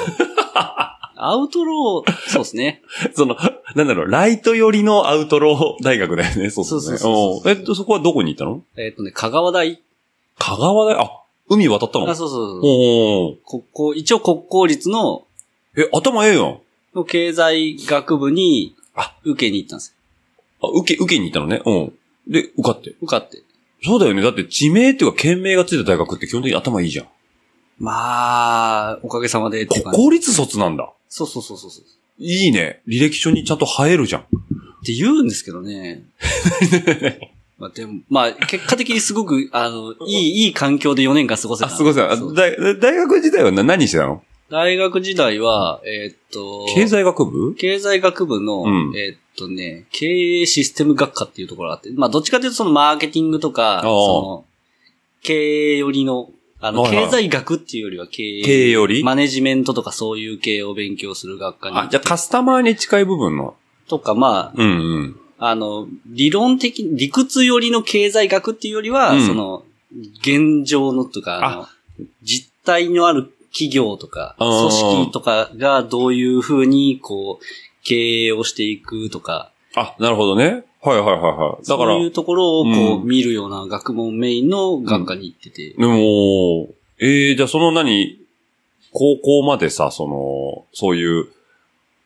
Speaker 1: アウトロー、そうですね。
Speaker 2: その、なんだろう、ライト寄りのアウトロー大学だよね。そうそう
Speaker 1: そうそうそうそう
Speaker 2: えっと、そこはどこに行ったの
Speaker 1: えーっとね、香川大。
Speaker 2: 香川大、あ、海渡ったの
Speaker 1: あ、そうそうそう。
Speaker 2: おー
Speaker 1: 国公、一応国公立の、
Speaker 2: え、頭ええやん。
Speaker 1: の経済学部に
Speaker 2: あ、
Speaker 1: 受けに行ったんですよ。
Speaker 2: あ、受け、受けに行ったのね。うん。で、受かって。
Speaker 1: 受かって。
Speaker 2: そうだよね。だって地名っていうか県名がついた大学って基本的に頭いいじゃん。
Speaker 1: まあ、おかげさまでっていう
Speaker 2: 国
Speaker 1: 感じ。
Speaker 2: 公立卒なんだ。
Speaker 1: そうそうそうそうそう。
Speaker 2: いいね。履歴書にちゃんと映えるじゃん。
Speaker 1: って言うんですけどね。 まあでも、まあ結果的にすごく、あの、いい、いい環境で4年間過ごせた。
Speaker 2: あ、すごいさ。
Speaker 1: そう
Speaker 2: 大大学時代はな何してたの
Speaker 1: 大学時代は、えーっと、
Speaker 2: 経済学部
Speaker 1: 経済学部の、
Speaker 2: うん
Speaker 1: えーっとね、経営システム学科っていうところがあって、まあどっちかというとそのマーケティングとか、
Speaker 2: ー
Speaker 1: その、経営寄りの、あの、
Speaker 2: はいはい
Speaker 1: 経済学っていうよりは経営、
Speaker 2: 経営より
Speaker 1: マネジメントとかそういう系を勉強する学科に
Speaker 2: あ、じゃあカスタマーに近い部分の。
Speaker 1: とか、まあ、
Speaker 2: うんうん。
Speaker 1: あの、理論的、理屈寄りの経済学っていうよりは、
Speaker 2: うん
Speaker 1: その、現状のとか、あの実態のある企業とか、
Speaker 2: うんうんうん
Speaker 1: 組織とかがどういうふうに、こう、経営をしていくとか、
Speaker 2: あ、なるほどね。はいはいはいはい。だから、
Speaker 1: そういうところをこう、
Speaker 2: うん
Speaker 1: 見るような学問メインの学科に行ってて、
Speaker 2: でも、ええじゃあその何、高校までさ、その、そういう、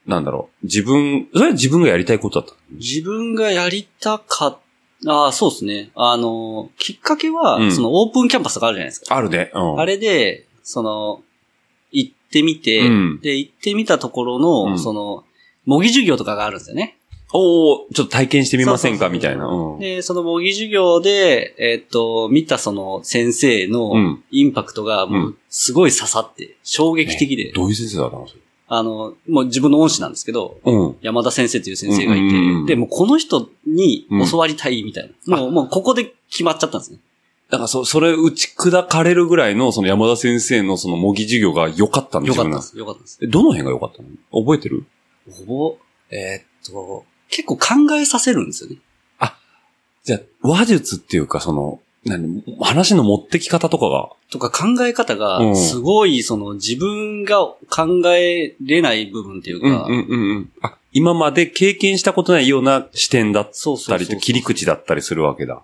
Speaker 2: なんだろう、自分、それは自分がやりたいことだった。
Speaker 1: 自分がやりたかった、ああ、そうですね。あの、きっかけは、
Speaker 2: うん
Speaker 1: そのオープンキャンパスがあるじゃないですか。
Speaker 2: あるね。うん。
Speaker 1: あれで、その、行ってみて、
Speaker 2: うん
Speaker 1: で、行ってみたところの、
Speaker 2: うん
Speaker 1: その、模擬授業とかがあるんですよね。
Speaker 2: おー、ちょっと体験してみませんか
Speaker 1: そうそうそう
Speaker 2: みたいな。うん。
Speaker 1: で、その模擬授業で、えっと、見たその先生の
Speaker 2: うん
Speaker 1: インパクトがもうすごい刺さって、衝撃的で、
Speaker 2: どういう先生だったのそれ
Speaker 1: あの、もう自分の恩師なんですけど、
Speaker 2: うん。
Speaker 1: 山田先生という先生がいて、
Speaker 2: うんうんうん
Speaker 1: で、もうこの人に教わりたいみたいな。もう、もうここで決まっちゃったんですね。
Speaker 2: だからそ、それ打ち砕かれるぐらいの、その山田先生のその模擬授業が良かったんで
Speaker 1: よ
Speaker 2: す
Speaker 1: か
Speaker 2: よ
Speaker 1: ったです。よかったです。
Speaker 2: えどの辺が良かったの覚えてる
Speaker 1: ほぼ、えーっと、結構考えさせるんですよね。
Speaker 2: じゃあ、話術っていうか、その、何、話の持ってき方とかが。
Speaker 1: とか考え方
Speaker 2: うん
Speaker 1: が、すごい、その、自分が考えれない部分っていう
Speaker 2: うん
Speaker 1: か、
Speaker 2: うんうんうん。あ、今まで経験したことないような視点だっ
Speaker 1: そう
Speaker 2: た
Speaker 1: そう
Speaker 2: り
Speaker 1: そ
Speaker 2: と、
Speaker 1: う。
Speaker 2: 切り口だったりするわけだ。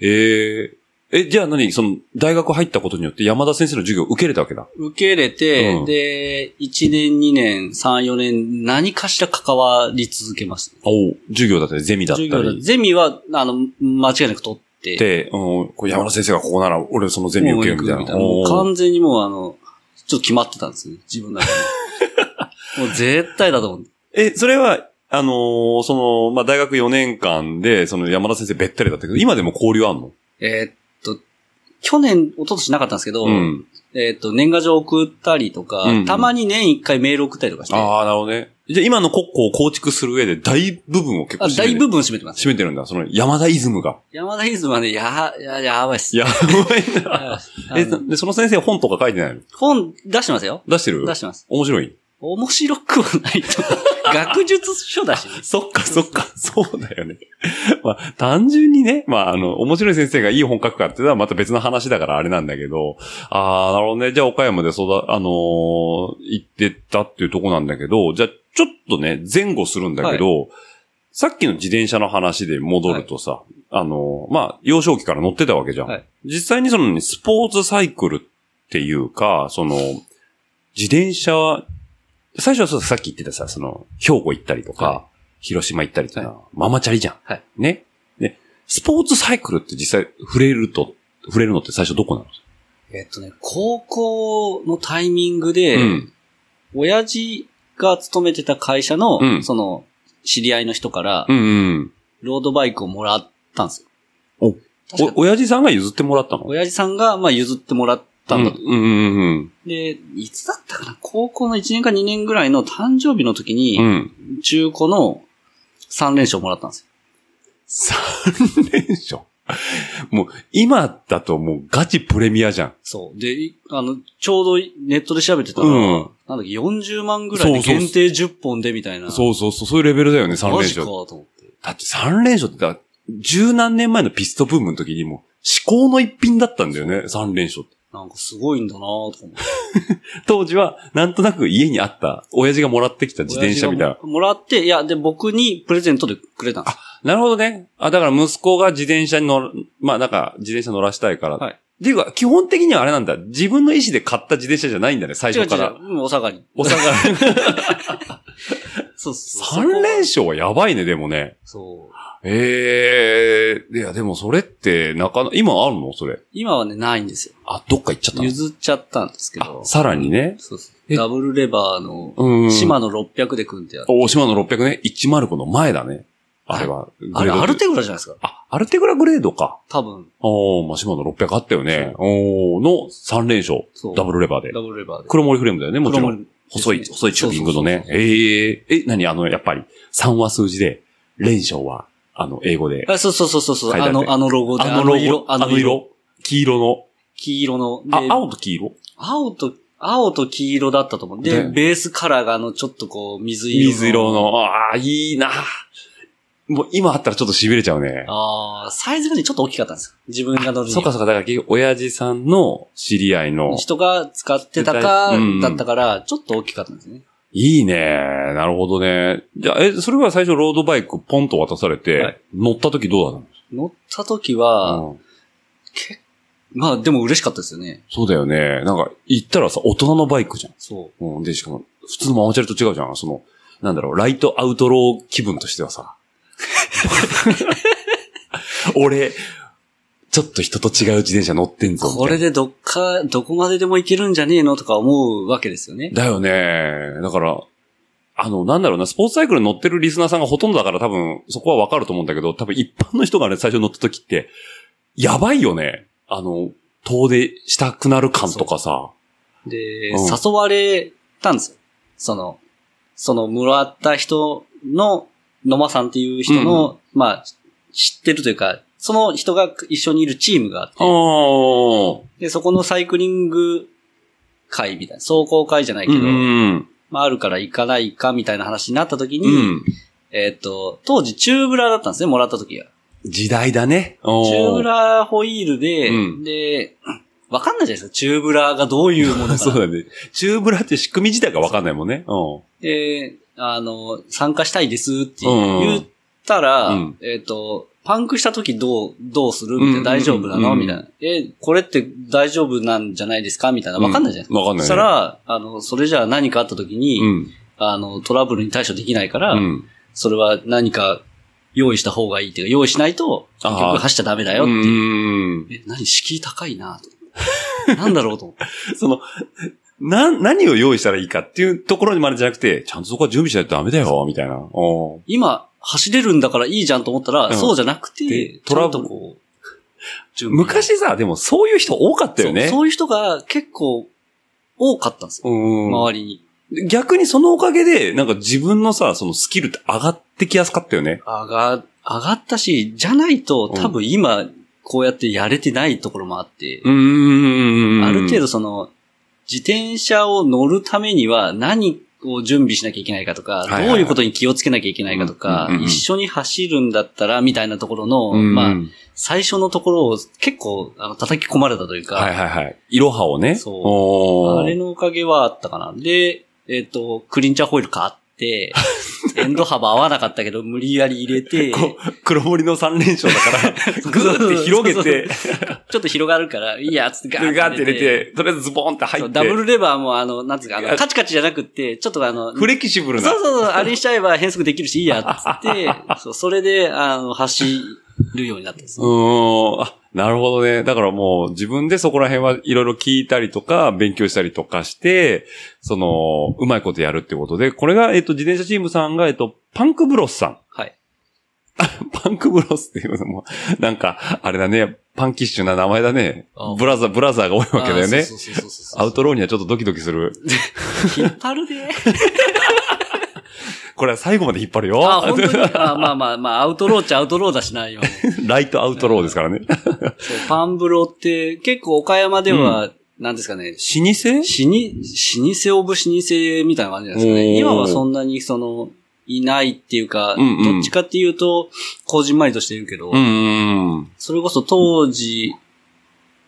Speaker 2: えええ、じゃあ何その、大学入ったことによって山田先生の授業を受けれたわけだ。
Speaker 1: 受け入れて、
Speaker 2: うん
Speaker 1: で、1年、2年、3、4年、何かしら関わり続けます、ね。
Speaker 2: おう授業だったり、ゼミだった
Speaker 1: 授業だ
Speaker 2: り。
Speaker 1: ゼミは、あの、間違いなく取って、
Speaker 2: で、うん、これ山田先生がここなら、俺そのゼミ
Speaker 1: もう
Speaker 2: 受け
Speaker 1: 行
Speaker 2: る
Speaker 1: く
Speaker 2: み
Speaker 1: み
Speaker 2: た
Speaker 1: た
Speaker 2: い
Speaker 1: い
Speaker 2: な。
Speaker 1: な。も
Speaker 2: お
Speaker 1: う
Speaker 2: う
Speaker 1: 完全にもうあの、ちょっと決まってたんですよね。自分の中 で。もう絶対だと思う。
Speaker 2: え、それは、あのーその、まあ、大学4年間で、その山田先生べったりだったけど、今でも交流あんの
Speaker 1: えーっと、去年、一昨年なかったんですけど、
Speaker 2: うん。
Speaker 1: えーっと、年賀状送ったりとか、
Speaker 2: うんうん
Speaker 1: たまに年一回メール送ったりとかして、あ
Speaker 2: ああ、なるほどね。じゃあ今の国庫を構築する上で、大部分を結構占めて
Speaker 1: 大部分占めてます。
Speaker 2: 占めてるんだ。その山田イズムが。
Speaker 1: 山田イズムはね、や、や、やばいっす。
Speaker 2: やばいな。
Speaker 1: あ の
Speaker 2: え、で、その先生本とか書いてないの
Speaker 1: 本出してますよ。
Speaker 2: 出してる
Speaker 1: 出してます。
Speaker 2: 面白い。
Speaker 1: 面白くはな いと。学術書だしね、
Speaker 2: そっかそっか、そうだよね。 まあ、単純にね、まあ、あの、面白い先生がいい本書くかっていうのはまた別の話だからあれなんだけど、ああ、なるほどね。じゃあ、岡山で育、あのー行ってたっていうとこなんだけど、じゃあ、ちょっとね、前後するんだけど、さっきの自転車の話で戻るとさ、あのーまあ、幼少期から乗ってたわけじゃん。
Speaker 1: はい
Speaker 2: 実際にその、スポーツサイクルっていうか、その、自転車は、最初はそうさっき言ってたさ、その、兵庫行ったりとか、
Speaker 1: は
Speaker 2: 広島行ったりとか、ママチャリじゃん。
Speaker 1: はい
Speaker 2: ね。で、スポーツサイクルって実際触れると、触れるのって最初どこなの
Speaker 1: えっとね、高校のタイミングで、
Speaker 2: うん。
Speaker 1: 親父が勤めてた会社の、
Speaker 2: うん
Speaker 1: その、知り合いの人から
Speaker 2: う、んうん。
Speaker 1: ロードバイクをもらったんですよ。
Speaker 2: お
Speaker 1: 確か
Speaker 2: お、親父さんが譲ってもらったの
Speaker 1: 親父さんが、まあ、譲ってもらったんだと。
Speaker 2: うんうんうん
Speaker 1: で、いつだったかな高校の1年か2年ぐらいの誕生日の時に
Speaker 2: うん。う、ん。
Speaker 1: 中古の3連勝もらったんですよ。
Speaker 2: 三連勝。もう、今だともうガチプレミアじゃん。
Speaker 1: そう。で、いあの、ちょうどネットで調べてたら、
Speaker 2: うん
Speaker 1: なんだっけ、40万ぐらいで
Speaker 2: そうそう
Speaker 1: 限定10本でみたいな。
Speaker 2: そうそうそう、そういうレベルだよね、三連
Speaker 1: マジか
Speaker 2: 勝。
Speaker 1: と思って。
Speaker 2: だって三連勝ってだ、十何年前のピストブームの時にも、至高の一品だったんだよね、三連勝って。
Speaker 1: なんかすごいんだなと思って。
Speaker 2: 当時は、なんとなく家にあった、親父がもらってきた自転車みたい
Speaker 1: 親
Speaker 2: な
Speaker 1: 父。がももらって、いや、で、僕にプレゼントでくれたんです。
Speaker 2: なるほどね。あ、だから息子が自転車に乗る、まあなんか、自転車乗らしたいから。
Speaker 1: はい
Speaker 2: っていうか、基本的にはあれなんだ。自分の意思で買った自転車じゃないんだね、最
Speaker 1: 違う違
Speaker 2: 初から。
Speaker 1: う、うんお下がり。
Speaker 2: お下 がり。
Speaker 1: そうそう。
Speaker 2: 三連勝はやばいね、でもね。
Speaker 1: そう。
Speaker 2: ええいや、でもそれって、なかな、今あるのそれ。
Speaker 1: 今はね、ないんですよ。
Speaker 2: あ、どっか行っちゃったの
Speaker 1: 譲っちゃったんですけど。
Speaker 2: さらにね。
Speaker 1: そうそ
Speaker 2: え
Speaker 1: う。ダブルレバーの、
Speaker 2: うん。
Speaker 1: 島の0600で組んでやる。
Speaker 2: 大島の600ね、105の前だね。あれは、グレード
Speaker 1: あれ、アルテグラじゃないですか。
Speaker 2: あ、アルテグラグレードか。
Speaker 1: 多分、
Speaker 2: おー、まあ、島の600あったよね。おー、の3連勝
Speaker 1: そ。う
Speaker 2: ダブルレバーで。
Speaker 1: ダブルレバーで。
Speaker 2: 黒森フレームだよね、もちろ
Speaker 1: 黒
Speaker 2: ん
Speaker 1: 森。
Speaker 2: 細い、
Speaker 1: ですね
Speaker 2: 細いチュービングのね。
Speaker 1: そうそうそう
Speaker 2: えええ、何あの、やっぱり、3は数字で、連勝は、あの、英語で。
Speaker 1: あそうそうそうそうそう。
Speaker 2: 書いてあ
Speaker 1: あ
Speaker 2: るね
Speaker 1: の、あのロゴで。
Speaker 2: ロゴ
Speaker 1: 色。
Speaker 2: あの。色。黄色
Speaker 1: 黄色の。
Speaker 2: の。あ
Speaker 1: で、
Speaker 2: 青と黄色
Speaker 1: 青と、青と黄色だったと思う。
Speaker 2: ね
Speaker 1: で、ベースカラーがあの、ちょっとこう、水色。
Speaker 2: 水色。の。ああ、いいなもう今あったらちょっと痺れちゃうね。
Speaker 1: ああ、サイズがね、ちょっと大きかったんですよ。自分が乗るに
Speaker 2: そ
Speaker 1: は
Speaker 2: っかそっか、だから結局、親父さんの知り合いの。
Speaker 1: 人が使ってたか
Speaker 2: うん、
Speaker 1: だったから、ちょっと大きかったんですね。
Speaker 2: いいねなるほどね。じゃあ、え、それは最初ロードバイクポンと渡されて、
Speaker 1: はい
Speaker 2: 乗った時どうだっ
Speaker 1: 乗った時
Speaker 2: た
Speaker 1: は、
Speaker 2: の、うん
Speaker 1: まあでも嬉しかったですよね。
Speaker 2: そうだよね。なんか、行ったらさ、大人のバイクじゃ
Speaker 1: そ
Speaker 2: ん。うん。で、しかも、普通のママチャリと違うじゃん。その、なんだろう、ライトアウトロー気分としては さ。俺、ちょっと人と違う自転車乗ってん
Speaker 1: う。
Speaker 2: ぞ。みたいな
Speaker 1: これでどっか、どこまででも行けるんじゃねえのとか思うわけですよね。
Speaker 2: だよね。だから、あの、なんだろうな、スポーツサイクルに乗ってるリスナーさんがほとんどだから多分、そこはわかると思うんだけど、多分一般の人がね、最初乗った時って、やばいよね。あの、遠出したくなる感とかさ。
Speaker 1: で、
Speaker 2: うん
Speaker 1: 誘われたんですよ。その、その、もらった人の、野間さんっていう人の、まあ、知ってるというか、その人が一緒にいるチームがあって、
Speaker 2: あー
Speaker 1: で、そこのサイクリング会みたいな、走行会じゃないけ
Speaker 2: う
Speaker 1: ど、
Speaker 2: んうん
Speaker 1: まあ、あるから行かないかみたいな話になった時に、
Speaker 2: うん。うん。
Speaker 1: えっ、と、当時チューブラだったんですね、もらった時が。
Speaker 2: 時代だね。チ
Speaker 1: チューブラホイールで、
Speaker 2: うん
Speaker 1: で、わかんないじゃないですか、チューブラがどういうもの か な
Speaker 2: そうだね。チューブラって仕組み自体がわかんないもんね。うん。
Speaker 1: で、あの、参加したいですって
Speaker 2: うん
Speaker 1: 言ったら、
Speaker 2: うん
Speaker 1: えっ、と、パンクした時どう、どうするみたい
Speaker 2: うん
Speaker 1: な、大丈夫なの
Speaker 2: うん
Speaker 1: みたいな。え、これって大丈夫なんじゃないですかみたいな。わかんないじゃないですか。
Speaker 2: わかんないね
Speaker 1: そしたら、あの、それじゃあ何かあった時に、
Speaker 2: うん。
Speaker 1: あの、トラブルに対処できないから、
Speaker 2: うん。
Speaker 1: それは何か用意した方がいいっていうか、用意しないと、
Speaker 2: あー
Speaker 1: 結局走っちゃダメだよ
Speaker 2: う
Speaker 1: ってい
Speaker 2: ん。
Speaker 1: う。え、何敷居高いなと。なんだろうと思って。
Speaker 2: その、な、何を用意したらいいかっていうところにまでじゃなくて、ちゃんとそこは準備しないとダメだよ、みたいな。お
Speaker 1: 今、走れるんだからいいじゃんと思ったら、
Speaker 2: うん
Speaker 1: そうじゃなく
Speaker 2: で
Speaker 1: て、
Speaker 2: ト
Speaker 1: ト
Speaker 2: ラ
Speaker 1: ラ
Speaker 2: ブ
Speaker 1: ブルこう、準備
Speaker 2: 昔さ、でもそういう人多かったよね。
Speaker 1: そうそういう人が結構多かったんですよ。
Speaker 2: うん
Speaker 1: 周りに。
Speaker 2: 逆にそのおかげで、なんか自分のさ、そのスキルって上がってきやすかったよね。
Speaker 1: 上が、上がったし、じゃないと
Speaker 2: うん
Speaker 1: 多分今、こうやってやれてないところもあって、
Speaker 2: ん
Speaker 1: ある程度。その、自転車を乗るためには何を準備しなきゃいけないかとか、
Speaker 2: いはいはい
Speaker 1: どういうことに気をつけなきゃいけないかとか、
Speaker 2: うんうんうんうん
Speaker 1: 一緒に走るんだったら、みたいなところの、
Speaker 2: うん
Speaker 1: まあ、最初のところを結構あの叩き込まれたというか、
Speaker 2: はいはいはい。いろはをね。
Speaker 1: そう
Speaker 2: おー
Speaker 1: あれのおかげはあったかな。で、えっ、と、クリンチャーホイール買 って、エンド幅合わなかったけど、無理やり入れて、
Speaker 2: こ黒森の3連勝だ から、ぐーって広げて、
Speaker 1: ちょっと広がるから、いいや、つってガー
Speaker 2: ガ
Speaker 1: ッ
Speaker 2: ーって入れ
Speaker 1: て
Speaker 2: て、とりあえずズボンって入
Speaker 1: そ
Speaker 2: っ
Speaker 1: う
Speaker 2: て。
Speaker 1: ダブルレバーも、あの、なんつうか、あのカチカチじゃなくって、ちょっとあの、
Speaker 2: フレキシブルな。
Speaker 1: そうそうそう、あれにしちゃえば変速できるし、いいや、つ って、そうそれで、あの、走るようになったんです。
Speaker 2: うーん。あ、なるほどね。だからもう自分でそこら辺はいろいろ聞いたりとか、勉強したりとかして、その、うまいことやるってことで、これが、えっと、自転車チームさんが、えっと、パンクブロスさん。
Speaker 1: はい。
Speaker 2: パンクブロスっていうのも、なんか、あれだね、パンキッシュな名前だね
Speaker 1: あ。
Speaker 2: ブラザー、ブラザーが多いわけだよ
Speaker 1: あー
Speaker 2: ね
Speaker 1: そ。うそうそうそうそう
Speaker 2: アウトローにはちょっとドキドキする。
Speaker 1: 引っ張る で。
Speaker 2: これは最後まで引っ張るよ。
Speaker 1: あ、本当に。あまあまあまあ、アウトローっちゃアウトローだしな、今も。
Speaker 2: ライトアウトローですからね。
Speaker 1: そう、パンブロって結構岡山では、なんですか
Speaker 2: 老
Speaker 1: ね、
Speaker 2: 舗
Speaker 1: 死に、老舗オブ老舗みたいな感じなんですか
Speaker 2: おー
Speaker 1: ね。今はそんなにその、いないっていうか、
Speaker 2: うんうん
Speaker 1: どっちかっていうと、こじんまりとしてるけど、
Speaker 2: うんうんうん。
Speaker 1: それこそ当時、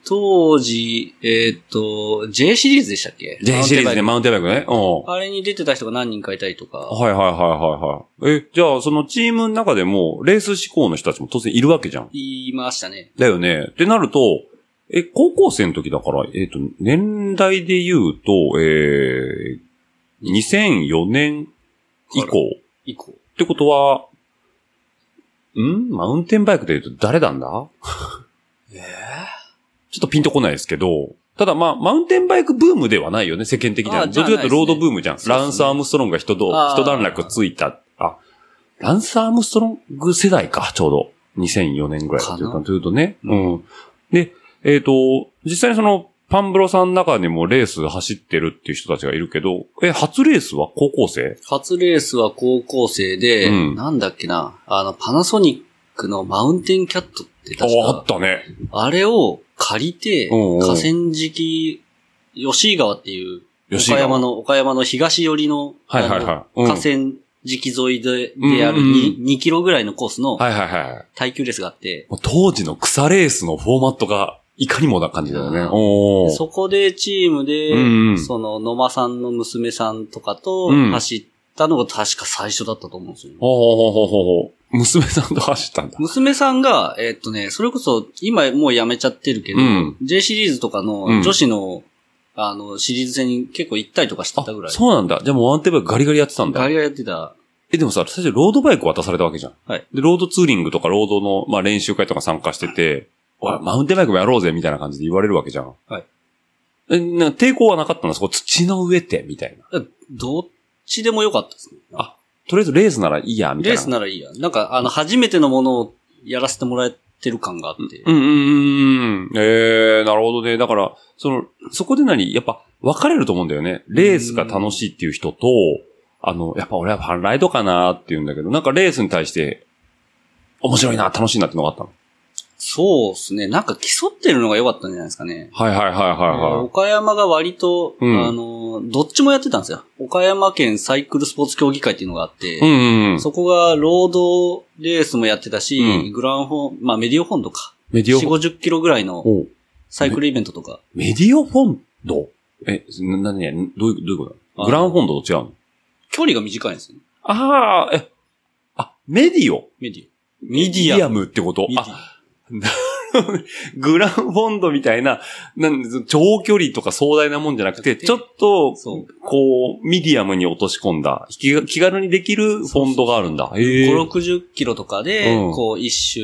Speaker 1: 当時、えーっ、と、J シリーズでしたっけ
Speaker 2: J シリーズね、
Speaker 1: マウンテンバイ
Speaker 2: マウンテンバイクね。うん
Speaker 1: ク。あれに出てた人が何人かいたりとか、
Speaker 2: はいはいはいはいはい。え、じゃあそのチームの中でも、レース志向の人たちも当然いるわけじゃん。
Speaker 1: いましたね。
Speaker 2: だよね。ってなると、え、高校生の時だから、えっ、と、年代で言うと、えー、2004年以降っ
Speaker 1: 以降。
Speaker 2: てことは、んマウンテンバイクで言うと誰なんだ ちょっとピンとこないですけど、ただまあ、マウンテンバイクブームではないよね、世間的には。
Speaker 1: あ
Speaker 2: ど
Speaker 1: じ
Speaker 2: っ
Speaker 1: ゃあ
Speaker 2: ちかというとロードブームじゃん。
Speaker 1: ないですね
Speaker 2: ランス・アームストロングが一ど
Speaker 1: あー
Speaker 2: 一段落ついた。あ、ランス・アームストロング世代か、ちょうど。2004年ぐらいだという
Speaker 1: か
Speaker 2: か
Speaker 1: な
Speaker 2: というとね。うん。で、えっ、と、実際にその、パンブロさんの中にもレース走ってるっていう人たちがいるけど、え、初レースは高校生
Speaker 1: 初レースは高校生で、
Speaker 2: うん
Speaker 1: なんだっけな、あの、パナソニックのマウンテンキャットって
Speaker 2: あ
Speaker 1: 確
Speaker 2: あっ
Speaker 1: か、
Speaker 2: たね。
Speaker 1: あれを借りて、
Speaker 2: おうおう
Speaker 1: 河川敷、吉井川っていう、
Speaker 2: 吉井川
Speaker 1: 岡山の、岡山の東寄りの、
Speaker 2: はいはいは
Speaker 1: あ
Speaker 2: い。
Speaker 1: の
Speaker 2: うん
Speaker 1: 河川敷沿いで、
Speaker 2: うん
Speaker 1: である
Speaker 2: うんうん
Speaker 1: 2, 2キロぐらいのコースの
Speaker 2: はいはいはい。
Speaker 1: 耐久レースがあって、
Speaker 2: もう当時の草レースのフォーマットが、いかにもな感じだよね。
Speaker 1: あー
Speaker 2: おー
Speaker 1: そこでチームで、
Speaker 2: うんうん
Speaker 1: その、野間さんの娘さんとかと
Speaker 2: うん
Speaker 1: 走ったのが確か最初だったと思うんですよね。
Speaker 2: ほうほうほうほうほう。娘さんと走ったんだ。
Speaker 1: 娘さんが、えーっとね、それこそ、今もうやめちゃってるけど、
Speaker 2: うん
Speaker 1: J シリーズとか
Speaker 2: う
Speaker 1: の
Speaker 2: ん
Speaker 1: 女子の、あの、シリーズ戦に結構行ったりとかして
Speaker 2: あ
Speaker 1: たぐらい。
Speaker 2: そうなんだ。じゃあもうワンテーブルガリガリやってたんだ
Speaker 1: ガ。リガリやってた。
Speaker 2: え、でもさ、最初ロードバイク渡されたわけじゃん。
Speaker 1: はい
Speaker 2: で、ロードツーリングとかロードの、まあ、練習会とか参加してて、おい、マウンテンバイクもやろうぜ、みたいな感じで言われるわけじゃん。
Speaker 1: はい。
Speaker 2: え、なんか抵抗はなかったのそこ土の上って、みたいな。
Speaker 1: どっちでも良かったですね。
Speaker 2: とりあえずレースならいいや、みたい
Speaker 1: レー
Speaker 2: な。
Speaker 1: スならいいや。なんか、あの、初めてのものをやらせてもらえてる感があって。
Speaker 2: うんうんうんうん。ええー、なるほどね。だから、その、そこで何やっぱ、分かれると思うんだよね。レースが楽しいっていう人と、あの、やっぱ俺はファンライドかなって言うんだけど、なんかレースに対して、面白いな、楽しいなってのがあったの。
Speaker 1: そうですね。なんか競ってるのが良かったんじゃないですかね。
Speaker 2: はいはいはいはいはい。
Speaker 1: 岡山が割と、
Speaker 2: うん
Speaker 1: あの、どっちもやってたんですよ。岡山県サイクルスポーツ協議会っていうのがあって、
Speaker 2: うんうんうん。
Speaker 1: そこがロードレースもやってたし、
Speaker 2: うん
Speaker 1: グランフォン、まあメディオフォンドか。
Speaker 2: メディ
Speaker 1: 4、
Speaker 2: オフォン
Speaker 1: 50キロぐらいの
Speaker 2: おう
Speaker 1: サイクルイベントとか。
Speaker 2: メディオフォンドえ、な、なに、ね、どういう、どういうこと
Speaker 1: あ
Speaker 2: だグランフォンドと違うの
Speaker 1: 距離が短いんですよね。
Speaker 2: ああ、え、あ、メディオ
Speaker 1: メディオ。メディアム。
Speaker 2: ムってこと
Speaker 1: メディ
Speaker 2: あ、グランフォンドみたいな、なん長距離とか壮大なもんじゃなくて、ちょっと、
Speaker 1: そう。
Speaker 2: こう、ミディアムに落とし込んだ、気が気軽にできるフォンドがあるんだ。へー
Speaker 1: 5、60キロとかで、
Speaker 2: うん
Speaker 1: こう、一周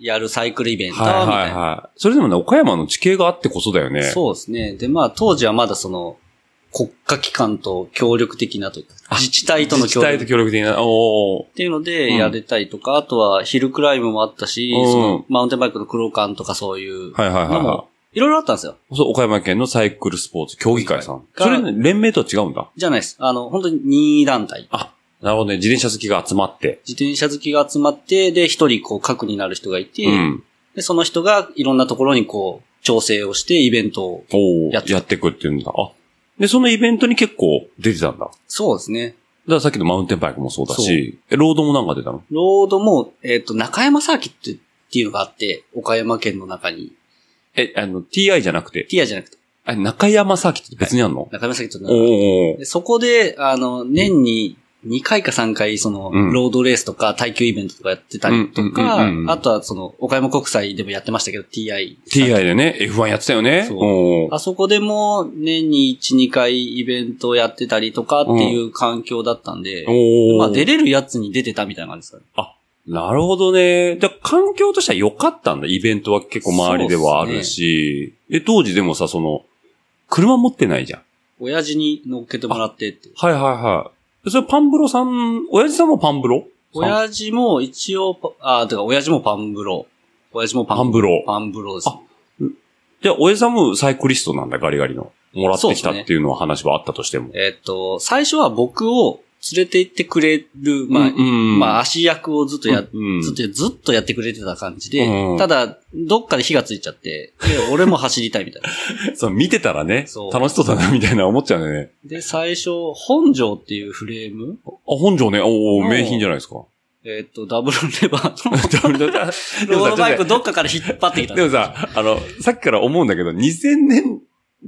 Speaker 1: やるサイクルイベント、みたい
Speaker 2: は
Speaker 1: な。
Speaker 2: いはいはい。それでもね、岡山の地形があってこそだよね。
Speaker 1: そうですね。で、まあ、当時はまだその、国家機関と協力的なというか
Speaker 2: あ、
Speaker 1: 自治体との
Speaker 2: 自治
Speaker 1: 協
Speaker 2: 体と
Speaker 1: 力っ
Speaker 2: 協力的な、おー
Speaker 1: ていうの
Speaker 2: う
Speaker 1: で
Speaker 2: ん
Speaker 1: やれたりとか、あとはヒルクライムもあったし、
Speaker 2: うん
Speaker 1: そのマウンテンバイクの黒缶とかそういう、
Speaker 2: はいはいはい
Speaker 1: の
Speaker 2: は
Speaker 1: もいろいろあったんですよ。
Speaker 2: い。そう、岡山県のサイクルスポーツ協議会さん。
Speaker 1: が
Speaker 2: それ、ね、連盟とは違うんだ。
Speaker 1: じゃないです。あの、本当に任意団体。
Speaker 2: あ、なるほどね。自転車好きが集まって。
Speaker 1: 自転車好きが集まって、で、一人こう、核になる人がいて、
Speaker 2: うん。
Speaker 1: で、その人がいろんなところにこう、調整をしてイベントを。
Speaker 2: おー
Speaker 1: やって
Speaker 2: やってくっていうんだ。あ、で、そのイベントに結構出てたんだ。
Speaker 1: そうですね。
Speaker 2: だからさっきのマウンテンバイクもそうだし、えロードもなんか出たの
Speaker 1: ロードも、えっ、と、中山サーキットっていうのがあって、岡山県の中に、
Speaker 2: え、あの、TI じゃなくて、
Speaker 1: ティアじゃなくて、
Speaker 2: あ中山サーキットって別にあんの、
Speaker 1: 中山サーキットの
Speaker 2: お
Speaker 1: 中
Speaker 2: お
Speaker 1: でそこで、あの、年に2回か3回、その、
Speaker 2: うん
Speaker 1: ロードレースとか、耐久イベントとかやってたりとか
Speaker 2: うんうんうんう、ん
Speaker 1: あとはその、岡山国際でもやってましたけど、TI。
Speaker 2: TI でね、F1 やってたよね。
Speaker 1: そう
Speaker 2: おー
Speaker 1: あそこでも、年に1、2回イベントをやってたりとかっていう環境だったんで、
Speaker 2: おー
Speaker 1: まあ、出れるやつに出てたみたいな感じですかね。
Speaker 2: なるほどね。じゃあ環境としては良かったんだ。イベントは結構周りではあるし。で、当時でもさ、その、車持ってないじゃん。
Speaker 1: 親父に乗っけてもらってって。
Speaker 2: はいはいはい。それパンブロさん、親父さんもパンブロ
Speaker 1: 親父も一応パ、あ、てか、親父もパンブロ。親父もパ
Speaker 2: パン
Speaker 1: ン
Speaker 2: ブロ。
Speaker 1: パンブロですね。
Speaker 2: じゃあ、親父さんもサイクリストなんだ、ガリガリの。もらってきたっていうのは話はあったとしても。
Speaker 1: えっと、最初は僕を連れて行ってくれる、まあ、
Speaker 2: うんうん
Speaker 1: まあ、足役をずっとや、
Speaker 2: うん
Speaker 1: ずっと、ずっとやってくれてた感じで、
Speaker 2: うん
Speaker 1: ただ、どっかで火がついちゃって、で、俺も走りたいみたいな。
Speaker 2: そう、見てたらね
Speaker 1: そう、
Speaker 2: 楽しそうだな、みたいな思っちゃうよね。
Speaker 1: で、最初、本庄っていうフレーム、
Speaker 2: あ、本庄ね、お
Speaker 1: う
Speaker 2: お
Speaker 1: ん
Speaker 2: 名品じゃないですか。
Speaker 1: えっと、ダブルレバーの
Speaker 2: でもさ
Speaker 1: ロードバイク
Speaker 2: ちょっ
Speaker 1: どっかから引っ張って
Speaker 2: と
Speaker 1: きた。
Speaker 2: でもさ、あの、さっきから思うんだけど、2000年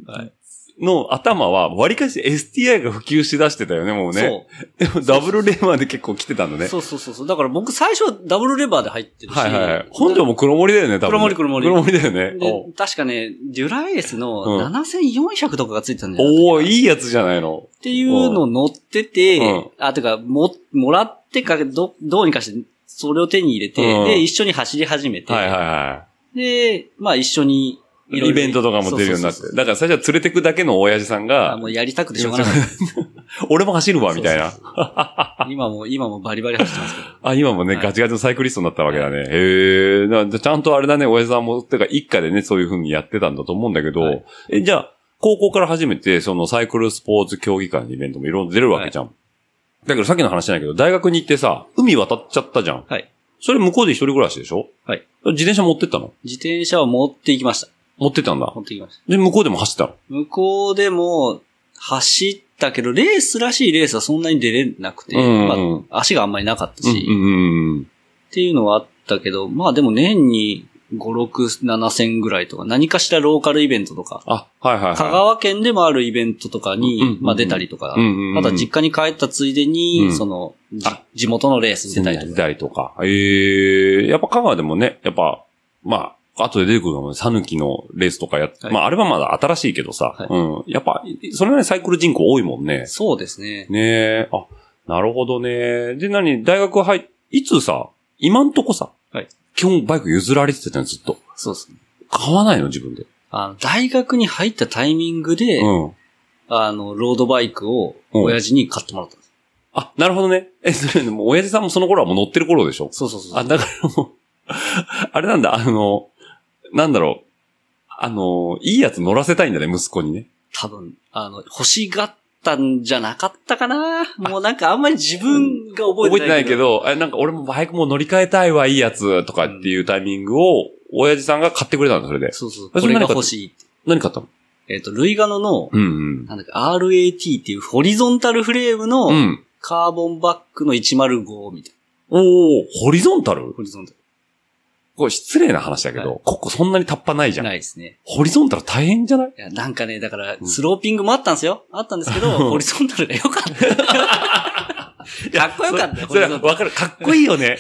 Speaker 1: はい
Speaker 2: の頭は、割かし STI が普及しだしてたよね、もうね。でもダブルレバーで結構来てたんだね。
Speaker 1: そうそうそうそう。だから僕最初はダブルレバーで入ってるし、
Speaker 2: はいはいはい。本庄も黒森だよね、多分。
Speaker 1: 黒森黒森
Speaker 2: 黒森だよね。
Speaker 1: で、確かね、デュラエースの
Speaker 2: うん
Speaker 1: 7400とかがついてたんじゃない
Speaker 2: おおーいいやつじゃないの。
Speaker 1: っていうのを乗ってて、
Speaker 2: うん
Speaker 1: あ、てか、も、もらってか、ど、どうにかして、それを手に入れて、
Speaker 2: うん
Speaker 1: で、一緒に走り始めて、
Speaker 2: はいはいは
Speaker 1: で、まあ一緒に
Speaker 2: い。
Speaker 1: いろいろ、
Speaker 2: イベントとかも出るようになっ
Speaker 1: そそ
Speaker 2: て。
Speaker 1: そ
Speaker 2: だから最初は連れてくだけの親父さん
Speaker 1: あ
Speaker 2: が
Speaker 1: も、うやりたくてしょうがなか っ
Speaker 2: 俺も走るわ、みたいな。
Speaker 1: た。今も、今もバリバリ走ってますけど。
Speaker 2: あ、今もね、
Speaker 1: はい
Speaker 2: ガチガチのサイクリストになったわけだね。へえ、なじゃあちゃんとあれだね、親父さんも、てか一家でね、そういう風にやってたんだと思うんだけど、
Speaker 1: はい
Speaker 2: え、じゃあ、高校から初めて、そのサイクルスポーツ競技会のイベントもいろいろ出るわけじゃん。だけどさっきの話じゃないけど、大学に行ってさ、海渡っちゃったじゃん。
Speaker 1: はい。
Speaker 2: それ向こうで一人暮らしでしょ
Speaker 1: はい。
Speaker 2: 自転車持ってったの
Speaker 1: 自転車を持っていきました。
Speaker 2: 持ってったんだ
Speaker 1: 持。っていきました。
Speaker 2: で、向こうでも走ったの。
Speaker 1: 向こうでも、走ったけど、レースらしいレースはそんなに出れなくて、
Speaker 2: うん
Speaker 1: まあ、足があんまりなかったし、
Speaker 2: うんうんうんうん。
Speaker 1: っていうのはあったけど、まあでも年に5、6、7千ぐらいとか、何かしらローカルイベントとか、
Speaker 2: あ、はいはいはい。
Speaker 1: 香川県でもあるイベントとか
Speaker 2: うんうん
Speaker 1: に
Speaker 2: う、ん
Speaker 1: まあ出たりとか
Speaker 2: うんうんうん、
Speaker 1: あとは実家に帰ったついで
Speaker 2: う
Speaker 1: に、
Speaker 2: ん
Speaker 1: その、じ
Speaker 2: あ
Speaker 1: 地元のレースに
Speaker 2: 出
Speaker 1: 出た
Speaker 2: た
Speaker 1: り
Speaker 2: り
Speaker 1: と
Speaker 2: と
Speaker 1: か。
Speaker 2: か。ええやっぱ香川でもね、やっぱ、まあ、後で出てくるのも、さぬきのレースとかやって、
Speaker 1: はい
Speaker 2: まあ、あれはまだ新しいけどさ、
Speaker 1: はい
Speaker 2: うん。やっぱ、それなりにサイクル人口多いもんね。
Speaker 1: そうですね。
Speaker 2: ねえ、あ、なるほどね。で、何、大学入っ、いつさ、今んとこさ、
Speaker 1: はい
Speaker 2: 基本バイク譲られてたじゃん、ずっと。
Speaker 1: そうですね。
Speaker 2: 買わないの、自分で。
Speaker 1: あの、大学に入ったタイミングで、
Speaker 2: うん。
Speaker 1: あの、ロードバイクを
Speaker 2: うん
Speaker 1: 親父に買ってもらったんです。
Speaker 2: あ、なるほどね。え、それでも、親父さんもその頃はもう乗ってる頃でしょ
Speaker 1: そうそうそう。
Speaker 2: あ、だからもう、 あれなんだ、あの、なんだろう。あの、いいやつ乗らせたいんだね、息子にね。
Speaker 1: 多分、あの、欲しがったんじゃなかったかなもうなんかあんまり自分が覚
Speaker 2: 覚
Speaker 1: え
Speaker 2: え
Speaker 1: て
Speaker 2: てな
Speaker 1: ないい
Speaker 2: け
Speaker 1: けど。
Speaker 2: ど、え、なんか俺もバイクもう乗り換えたいわ、いいやつ、とかっていうタイミングを、親父さんが買ってくれたんだ、それで。
Speaker 1: そうそう。
Speaker 2: え
Speaker 1: こ
Speaker 2: それ
Speaker 1: れが
Speaker 2: 何か
Speaker 1: 欲しいって。
Speaker 2: 何買ったの
Speaker 1: えっ、と、ルイガノの、
Speaker 2: うんうん。
Speaker 1: なんだっけ、RAT っていうホリゾンタルフレーム
Speaker 2: う
Speaker 1: の
Speaker 2: ん。
Speaker 1: カーボンバックの105みたい
Speaker 2: おー、ホリゾンタル
Speaker 1: な。ホリゾンタル。
Speaker 2: これ失礼な話だけど、
Speaker 1: は
Speaker 2: ここそんなにタッパないじ
Speaker 1: じ
Speaker 2: ゃ
Speaker 1: ゃ
Speaker 2: ん。
Speaker 1: ないですね。
Speaker 2: ホリゾンタル大変じゃない
Speaker 1: いや、なんかね、だから
Speaker 2: う、ん
Speaker 1: スローピングもあったんですよ。あったんですけど、ホリゾンタルが良 かった。かっこよかった
Speaker 2: そ
Speaker 1: よ、ホリ
Speaker 2: れ
Speaker 1: ゾ
Speaker 2: は
Speaker 1: ンタル。
Speaker 2: わかる。かっこいいよ ね。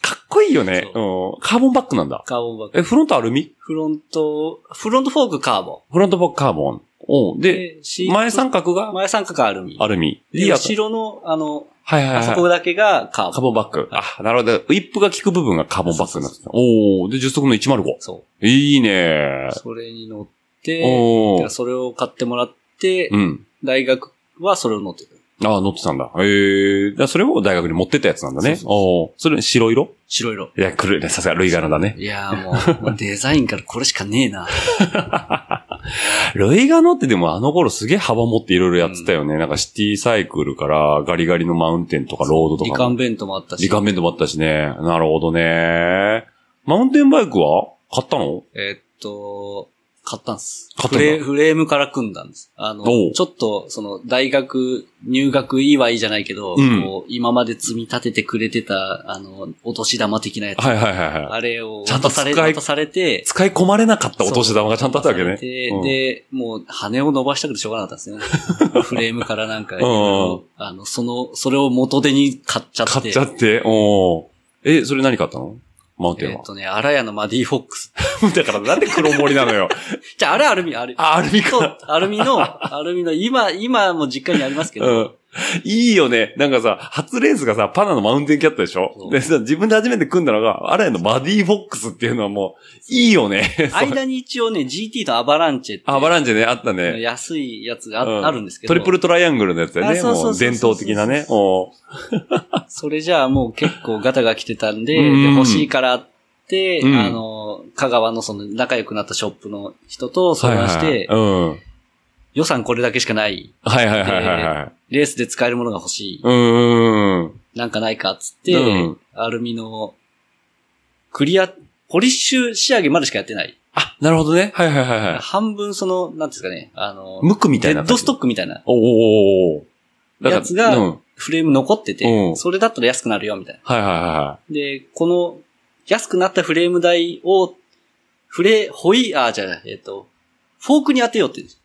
Speaker 2: かっこいいよね。うん。カーボンバックなんだ。
Speaker 1: カーボンバック。
Speaker 2: え、フロントアルミ
Speaker 1: フロント、フロントフォークカーボン。
Speaker 2: フロントバックカーボン。おうで、
Speaker 1: で、シート
Speaker 2: 前三角が
Speaker 1: 前三角アルミ。
Speaker 2: アルミ。
Speaker 1: で
Speaker 2: リアが
Speaker 1: 後ろの、あの、
Speaker 2: はいはい
Speaker 1: あそ
Speaker 2: は
Speaker 1: こ
Speaker 2: い。
Speaker 1: だけがカー
Speaker 2: カー
Speaker 1: ボン。
Speaker 2: ボンバック。あ、なるほど。ウィップが効く部分がカーボンバックになってた。おおで、10速の105。
Speaker 1: そ
Speaker 2: いいね
Speaker 1: う。それに乗って、だ
Speaker 2: お
Speaker 1: か
Speaker 2: お
Speaker 1: らそれを買ってもらって、
Speaker 2: うん。
Speaker 1: 大学はそれを乗ってた。
Speaker 2: ああ、乗ってたんだ。ええ。だからそれも大学に持ってったやつなんだね
Speaker 1: そう。そうそう
Speaker 2: おおそれ白色
Speaker 1: 白色。
Speaker 2: いや、くるね。さすが、ルイガナだね。
Speaker 1: いやーもう、デザインからこれしかねえな。
Speaker 2: ルイガノってでもあの頃すげえ幅持っていろいろやってたよね。なんかシティサイクルからガリガリのマウンテンとかロードとか
Speaker 1: リ
Speaker 2: も。
Speaker 1: カンベントもあったし。
Speaker 2: リカンベントもあったしね。なるほどね。マウンテンバイクは買ったの
Speaker 1: えーっと、買ったんです。
Speaker 2: 買ったん
Speaker 1: フ
Speaker 2: だ
Speaker 1: レフレームから組んだんです。あの、
Speaker 2: おう
Speaker 1: ちょっと、その、大学入学祝いじゃないけど、
Speaker 2: うん
Speaker 1: こう今まで積み立ててくれてた、あの、お年玉的なやつ。
Speaker 2: はいはいはいはい。
Speaker 1: あれを
Speaker 2: ちゃんと
Speaker 1: 渡
Speaker 2: 使
Speaker 1: さ
Speaker 2: い
Speaker 1: れ、渡されて、
Speaker 2: 使い込まれなかったお年玉がちゃんとあったわけね。
Speaker 1: で、
Speaker 2: うん
Speaker 1: でもう羽を伸ばしたくてしょうがなかったんです ね。フレームからなんか、いろいろあの、その、それを元手に買っちゃって。
Speaker 2: 買っちゃって。おーえ、それ何買ったのマウンテン
Speaker 1: え
Speaker 2: は
Speaker 1: っ。とね、アラヤのマディフォックス。
Speaker 2: だからなんで黒森なのよ。
Speaker 1: じゃあ、あれアルミ、あれ。
Speaker 2: あ、アルミ
Speaker 1: そ
Speaker 2: か
Speaker 1: う。、アルミの、アルミの、今、今も実家にありますけど、
Speaker 2: うん。いいよね。なんかさ、初レースがさ、パナのマウンテンキャットでし
Speaker 1: そ
Speaker 2: ょ
Speaker 1: う
Speaker 2: でさ、自分で初めて組んだのが、あれのマディフォックスっていうのはもう、いいよね。
Speaker 1: 間に一応ね、GT とアバランチェって
Speaker 2: あ、バランチェね、あったね。
Speaker 1: 安いやつがあ,、
Speaker 2: うん
Speaker 1: あるんですけど、
Speaker 2: トリプルトライアングルのやつだよね。
Speaker 1: あそうそう
Speaker 2: もう
Speaker 1: そうそう
Speaker 2: 伝統的なね。おう
Speaker 1: それじゃあもう結構ガタが来てたんで、
Speaker 2: うん
Speaker 1: で欲しいからって、
Speaker 2: うん
Speaker 1: あの、香川のその仲良くなったショップの人と相談して、
Speaker 2: はいはいうん。
Speaker 1: 予算これだけしかない。
Speaker 2: はいはいはいはいはい。
Speaker 1: レースで使えるものが欲しい。
Speaker 2: うんうんうん。
Speaker 1: なんかないかっつって、
Speaker 2: うん
Speaker 1: アルミの、クリア、ポリッシュ仕上げまでしかやってない。
Speaker 2: あ、なるほどね。はいはいはいはい。
Speaker 1: 半分その、なんていうんですかね、あの、
Speaker 2: ムクみたい
Speaker 1: デ
Speaker 2: な
Speaker 1: ッ
Speaker 2: 感
Speaker 1: ド
Speaker 2: じ。
Speaker 1: ストックみたいな
Speaker 2: おうおうおうおうだから
Speaker 1: やつが
Speaker 2: うん。
Speaker 1: フレーム残ってて、
Speaker 2: うん
Speaker 1: それだったら安くなるよ、みたいな。
Speaker 2: はいはいは
Speaker 1: で、この、安くなったフレーム代を、フレ、ホイ、あ、じゃあ、えっ、と、フォークに当てようって言うんです
Speaker 2: い。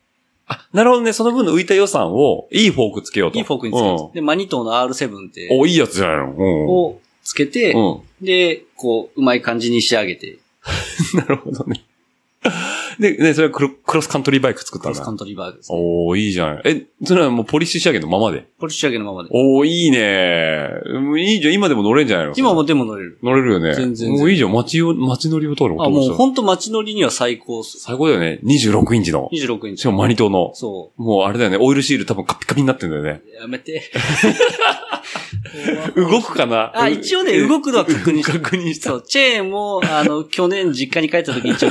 Speaker 2: あ、なるほどね。その分の浮いた予算を、いいフォークつけようと。
Speaker 1: いいフォークにつけるんです
Speaker 2: うん
Speaker 1: で、マニトーの R7 って、
Speaker 2: お、いいやつじゃないの。うん
Speaker 1: をつけて、
Speaker 2: うん。
Speaker 1: で、こう、うまい感じに仕上げて、
Speaker 2: なるほどね。で、ね、それはクロクロスカントリーバイク作っ
Speaker 1: ク
Speaker 2: たん
Speaker 1: ロスカ
Speaker 2: だ
Speaker 1: ン。トリーバーグです。
Speaker 2: おー、いいじゃない。え、それはもうポリッシュ仕上げのままで。
Speaker 1: これ仕上げのままで。
Speaker 2: おー、いいねうんいいじゃん。今でも乗れんじゃないの
Speaker 1: 今もでも乗れる。
Speaker 2: 乗れるよね。
Speaker 1: 全然
Speaker 2: もういいじゃん。街を、街乗りを通る
Speaker 1: あ、
Speaker 2: 男の
Speaker 1: もう
Speaker 2: 人
Speaker 1: ほんと街乗りには最高っす。
Speaker 2: 最高だよね。26インチの。
Speaker 1: 26インチ。
Speaker 2: しかもマニトーの。
Speaker 1: そ
Speaker 2: もうあれだよね。オイルシール多分カピカピになってんだよね。
Speaker 1: う。やめて。
Speaker 2: 動くかな
Speaker 1: あ、一応ね、動くのは確認した。
Speaker 2: 確認した
Speaker 1: そ。う、チェーンも、あの、去年実家に帰った時に一応、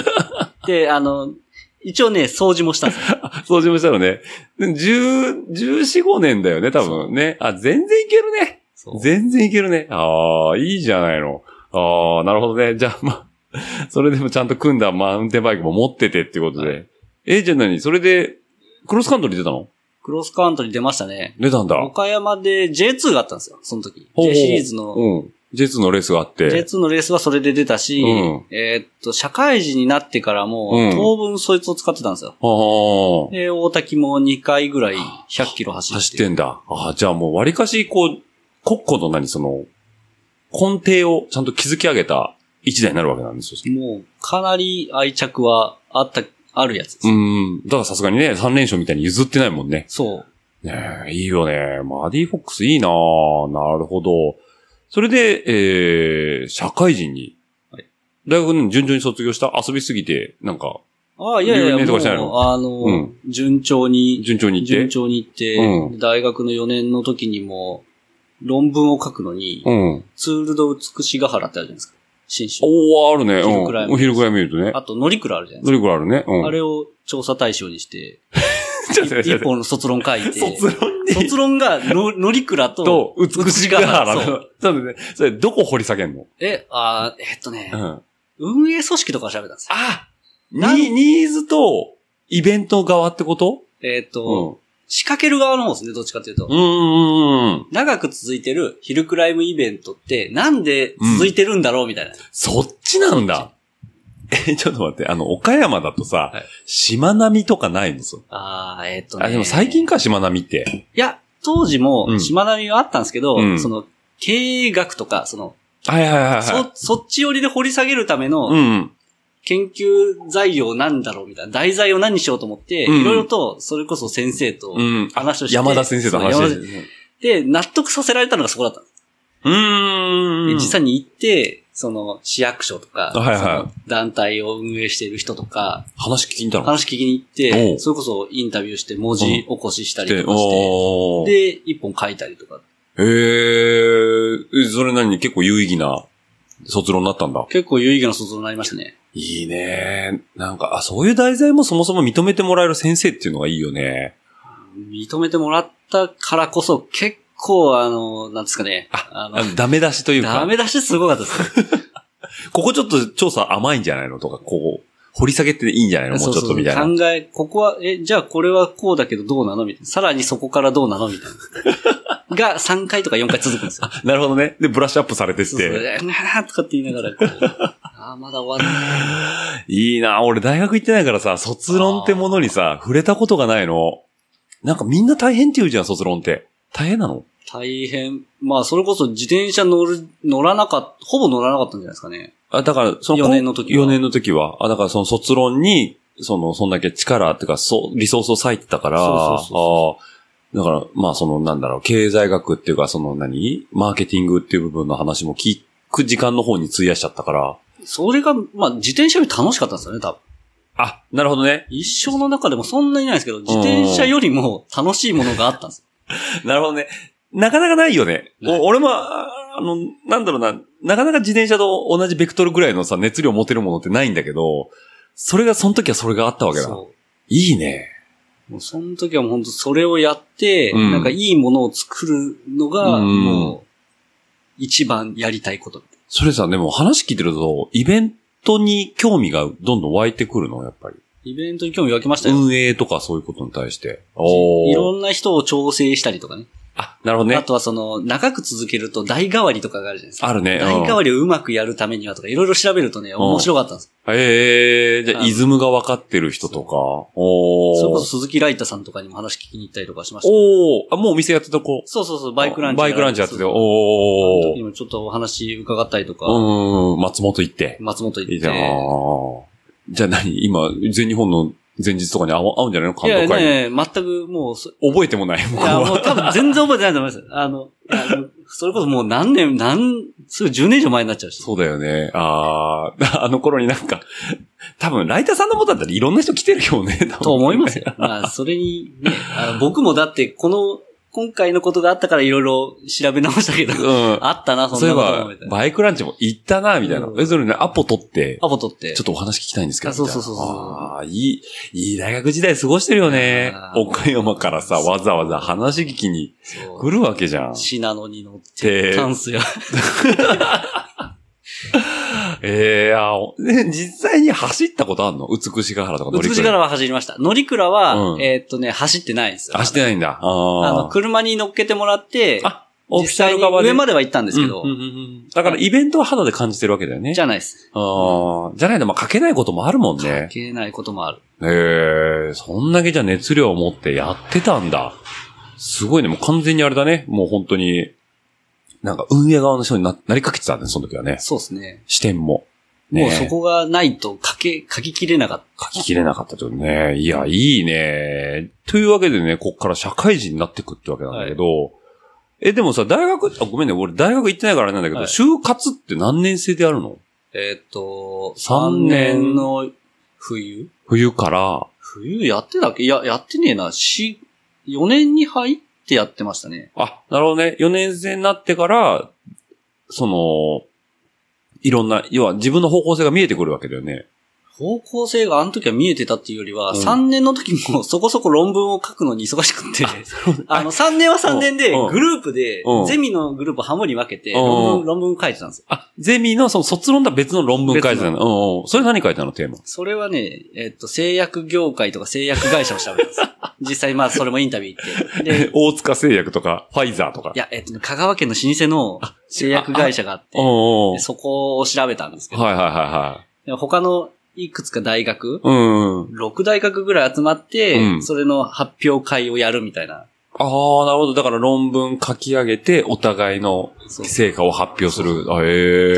Speaker 1: で、あの、一応ね、掃除もしたんですよ
Speaker 2: 掃除もしたのね。十、十四五年だよね、多分ね。あ、全然いけるね。
Speaker 1: そう
Speaker 2: 全然いけるね。ああ、いいじゃないの。ああ、なるほどね。じ ゃあ、まあ、それでもちゃんと組んだマウンテンバイクも持っててっていうことで。え、じゃあ何それで、クロスカントリー出たの
Speaker 1: クロスカントリー出ましたね。
Speaker 2: 出たんだ。
Speaker 1: 岡山で J2 があったんですよ、その時。
Speaker 2: ほうほう
Speaker 1: J シリーズの。
Speaker 2: うん。J2 のレースがあって。
Speaker 1: J2 のレースはそれで出たし、
Speaker 2: うん
Speaker 1: えーっと、社会人になってからも、
Speaker 2: うん
Speaker 1: 当分そいつを使ってたんですよ。
Speaker 2: ああ。
Speaker 1: で、大滝も2回ぐらい100キロ走って。
Speaker 2: 走ってんだ。ああ、じゃあもう割かし、こう、国庫の何、その、根底をちゃんと築き上げた一台になるわけなんですよ。
Speaker 1: もう、かなり愛着はあった、あるやつです。
Speaker 2: うん。だからさすがにね、3連勝みたいに譲ってないもんね。
Speaker 1: そう。
Speaker 2: ねえ、いいよね。マディ・フォックスいいなぁなるほど。それで、えー、社会人に。
Speaker 1: はい
Speaker 2: 大学に順調に卒業した遊びすぎて、なんか、
Speaker 1: ああ、いやいや
Speaker 2: 留年
Speaker 1: いや、
Speaker 2: と
Speaker 1: も
Speaker 2: かしてないの
Speaker 1: う、あの、
Speaker 2: うん
Speaker 1: 順調に、
Speaker 2: 順調にいって。
Speaker 1: 順調に行って、
Speaker 2: うん
Speaker 1: 大学の4年の時にも、論文を書くのに、
Speaker 2: うん。
Speaker 1: ツールド美しが原ってあるじゃないですか。新種。
Speaker 2: おー、あるね。
Speaker 1: 昼くらい
Speaker 2: うん。お昼くらい見るとね。
Speaker 1: あと、ノリクラあるじゃない
Speaker 2: ど
Speaker 1: で
Speaker 2: れくらいあるね。う
Speaker 1: す
Speaker 2: ん。
Speaker 1: か。あれを調査対象にして、
Speaker 2: ちょっと待って
Speaker 1: 一本の卒論書いて、
Speaker 2: 卒論に
Speaker 1: 卒論がの、ノリクラ
Speaker 2: と
Speaker 1: と、、
Speaker 2: 美しが原
Speaker 1: そ
Speaker 2: の
Speaker 1: う。
Speaker 2: ちょっとね、それどこ掘り下げんの
Speaker 1: え、あーえっとね
Speaker 2: う、ん。
Speaker 1: 運営組織とかを調べたんですよ。
Speaker 2: あ
Speaker 1: なん
Speaker 2: に、ニーズと、イベント側ってこと
Speaker 1: えっと、仕掛ける側の方ですね、どっちかというと
Speaker 2: う。ん。うんうんうん。
Speaker 1: 長く続いてるヒルクライムイベントって、なんで続いてるんだろうみたいな。
Speaker 2: そっちなんだ。 え、ちょっと待って、あの、岡山だとさ
Speaker 1: はい、
Speaker 2: しまなみとかないのそ
Speaker 1: ああ、えっ、とね。
Speaker 2: あ、でも最近か、しまなみって。
Speaker 1: いや、当時
Speaker 2: う
Speaker 1: も、
Speaker 2: ん
Speaker 1: しまなみはあったんですけど、
Speaker 2: うん
Speaker 1: その、経営学とか、その、
Speaker 2: はいはいはいはい。
Speaker 1: そ、そっち寄りで掘り下げるため
Speaker 2: う
Speaker 1: の
Speaker 2: ん。
Speaker 1: 研究材料なんだろうみたいな、題材を何にしようと思って、
Speaker 2: うん
Speaker 1: いろいろと、それこそ先生と
Speaker 2: うん。あ
Speaker 1: 話をして、
Speaker 2: 山田先生と話
Speaker 1: そう
Speaker 2: で
Speaker 1: 山田
Speaker 2: す。
Speaker 1: で、納得させられたのがそこだったんです。
Speaker 2: うーん。
Speaker 1: で実際に行って、その、市役所とか、
Speaker 2: はいはい
Speaker 1: その団体を運営している人とか、
Speaker 2: 話聞いたの
Speaker 1: 話聞きに行っ
Speaker 2: お
Speaker 1: て、
Speaker 2: う
Speaker 1: それこそインタビューして文字起こししたりとかして、
Speaker 2: おー。
Speaker 1: で、一本書いたりとか。
Speaker 2: へーえ、それなに結構有意義な卒論になったんだ。
Speaker 1: 結構有意義な卒論になりましたね。
Speaker 2: いいねなんか、あ、そういう題材もそもそも認めてもらえる先生っていうのがいいよね。
Speaker 1: 認めてもらったからこそ、結構あの、なんですかね。あ
Speaker 2: あ
Speaker 1: の、
Speaker 2: ダメ出しという
Speaker 1: ダ
Speaker 2: か、
Speaker 1: メ出しすごかったです。
Speaker 2: ここちょっと調査甘いんじゃないのとか、こう、掘り下げていいんじゃない のもうちょっとみたいな。
Speaker 1: 考え、ここは、え、じゃあこれはこうだけどどうなのみたいな。さらにそこからどうなのみたい な。が3回とか4回続くんですよ。
Speaker 2: なるほどね。で、ブラッシュアップされてって。
Speaker 1: そうそう。えなーとかって言いながらこう、 あーまだ終わんない。
Speaker 2: いいな俺大学行ってないからさ、卒論ってものにさ、触れたことがないの。なんかみんな大変って言うじゃん、卒論って。大変なの
Speaker 1: 大変。まあ、それこそ自転車乗る、乗らなかった、ほぼ乗らなかったんじゃないですかね。
Speaker 2: あ、だから、その、
Speaker 1: 四年の時は
Speaker 2: 4年の時は。あ、だからその卒論に、その、そんだけ力っていうか、そう、リソースを割いてたから、
Speaker 1: そうそうそう
Speaker 2: ああだから、まあその、なんだろう、経済学っていうか、その何、マーケティングっていう部分の話も聞く時間の方に費やしちゃったから。
Speaker 1: それが、まあ、自転車より楽しかったんですよね、多分。
Speaker 2: あ、なるほどね。
Speaker 1: 一生の中でもそんなにないですけど、自転車よりも楽しいものがあったんですよ。
Speaker 2: なるほどね。なかなかないよね。
Speaker 1: ない
Speaker 2: お俺も、ああの、なんだろうな、なかなか自転車と同じベクトルぐらいのさ、熱量持てるものってないんだけど、それが、その時はそれがあったわけだ。
Speaker 1: そ
Speaker 2: いいね。
Speaker 1: う。もうその時はもう本当それをやって、
Speaker 2: うん
Speaker 1: なんかいいものを作るのが、
Speaker 2: うん
Speaker 1: もう、一番やりたいこと。
Speaker 2: それさ、でも話聞いてると、イベントに興味がどんどん湧いてくるの、やっぱり。
Speaker 1: イベントに興味湧きましたよ。
Speaker 2: 運営とかそういうことに対して。
Speaker 1: い
Speaker 2: お
Speaker 1: ろ
Speaker 2: お。
Speaker 1: んな人を調整したりとかね。
Speaker 2: あ、なるほど
Speaker 1: あ
Speaker 2: ね。
Speaker 1: とはその、長く続けると代替わりとかがあるじゃないですか。
Speaker 2: あるね。
Speaker 1: 代替
Speaker 2: うん
Speaker 1: わりをうまくやるためにはとか、いろいろ調べるとね、面白かったんです。
Speaker 2: ええじゃあ、
Speaker 1: あの
Speaker 2: イズムが分かってる人とか。お
Speaker 1: それこ
Speaker 2: お
Speaker 1: そ。鈴木ライタさんとかにも話聞きに行ったりとかしました。
Speaker 2: おお。あ、もうお店やってた子。
Speaker 1: そうそうそう、バイクランチ。
Speaker 2: バイクランチやってて。お
Speaker 1: そうそうあの時に
Speaker 2: お。
Speaker 1: もちょっとお話伺ったりとか、
Speaker 2: うん。松本行って。
Speaker 1: 松本行
Speaker 2: いい
Speaker 1: っ
Speaker 2: じゃん。あ
Speaker 1: て。
Speaker 2: ーじゃあ何今、全日本の前日とかに会う会うんじゃないの
Speaker 1: い
Speaker 2: 感
Speaker 1: や
Speaker 2: 動会に。
Speaker 1: ね、全くもうそ、い
Speaker 2: 覚えてもない。もう
Speaker 1: やもう多分全然覚えてないと思います。あの、あのそれこそもう何年、何、すぐ10年以上前になっちゃうし。
Speaker 2: そうだよね。あ あ、あの頃になんか、多分、ライターさんのことだったらいろんな人来てるよね。
Speaker 1: と思います
Speaker 2: よ。
Speaker 1: よ。まあ、それにね、あの僕もだって、この、今回のことがあったからいろいろ調べ直したけ
Speaker 2: う
Speaker 1: ど、
Speaker 2: ん。
Speaker 1: あったな、そん
Speaker 2: そうい
Speaker 1: な
Speaker 2: え
Speaker 1: ことも
Speaker 2: ば
Speaker 1: みたい、な。
Speaker 2: バイクランチも行ったな、みたいな
Speaker 1: う。ん
Speaker 2: え、それね、アポ取って、
Speaker 1: アポ取って。
Speaker 2: ちょっとお話聞きたいんですけど。
Speaker 1: あそう
Speaker 2: みたいな
Speaker 1: そうそうそう
Speaker 2: ああ、いい、いい大学時代過ごしてるよね
Speaker 1: あ。ー
Speaker 2: 岡山からさ、わざわざ話聞きに
Speaker 1: そう
Speaker 2: 来るわけじゃん。
Speaker 1: シナノに乗っ
Speaker 2: で
Speaker 1: て、タンスや。
Speaker 2: ええあおね実際に走ったことあんの美しが原とか乗り
Speaker 1: 美
Speaker 2: 換え
Speaker 1: しがらは走りました。乗鞍は、
Speaker 2: うん
Speaker 1: えーっとね、走ってないんですよ。
Speaker 2: 走ってないんだ。
Speaker 1: あの、
Speaker 2: ああ。
Speaker 1: 車に乗っけてもらって、
Speaker 2: あ、オフ
Speaker 1: 実
Speaker 2: ィシャ
Speaker 1: 際
Speaker 2: ル
Speaker 1: に
Speaker 2: 側で。
Speaker 1: 上までは行ったんですけど
Speaker 2: うん、うんうんうんだからイベントは肌で感じてるわけだよね。
Speaker 1: じゃないです。
Speaker 2: ああ、じゃないと、まあ、書けないこともあるもんね。
Speaker 1: 消えないこともある。
Speaker 2: ええそんだけじゃ熱量を持ってやってたんだ。すごいね、もう完全にあれだね。もう本当に、なんか運営側の人にななりかけてたんだね、その時はね。
Speaker 1: そうですね。
Speaker 2: 視点も。ね
Speaker 1: もうそこがないと書け、書ききれなかっ
Speaker 2: 書ききれなかったとね。いや、いいね。というわけでね、こっから社会人になってくってわけなんだけど、え、でもさ、大学、あ、ごめんね、俺大学行ってないからあれなんだけど、
Speaker 1: はい
Speaker 2: 就活って何年生でやるの
Speaker 1: た。えーっと、
Speaker 2: 三
Speaker 1: 3
Speaker 2: 年
Speaker 1: 年の冬
Speaker 2: 冬から、
Speaker 1: 冬やってたっけいや、やってねえな。し、4年に入っってやってましたね。
Speaker 2: あ、なるほどね。4年生になってから、その、いろんな、要は自分の方向性が見えてくるわけだよね。
Speaker 1: 方向性があの時は見えてたっていうよりは、
Speaker 2: うん
Speaker 1: 3年の時も そこそこ論文を書くのに忙 しくって、あの3年は3年で
Speaker 2: うん
Speaker 1: グループで
Speaker 2: うん、
Speaker 1: ゼミのグループを半分に分けて
Speaker 2: うん
Speaker 1: 論文、論文書いてたんですよ。
Speaker 2: あ、ゼミのその卒論とは別の論文書いてたの。うんうん。それ何書いてたのテーマ。
Speaker 1: それはね、えっと、製薬業界とか製薬会社を調べたん ですよ。実際まあそれもインタビュー行って。で、
Speaker 2: 大塚製薬とか、ファイザーとか
Speaker 1: い。や、えっとね、香川県の老舗の製薬会社があって
Speaker 2: うん、うん
Speaker 1: でそこを調べたんですけど、
Speaker 2: はいはいは
Speaker 1: で他のいくつか大学、
Speaker 2: いはい。うんうん。
Speaker 1: 6大学ぐらい集まって、
Speaker 2: うん
Speaker 1: それの発表会をやるみたいな。
Speaker 2: ああ、なるほど。だから論文書き上げて、お互いの
Speaker 1: そう
Speaker 2: 成果を発表する。あ
Speaker 1: ってい
Speaker 2: へ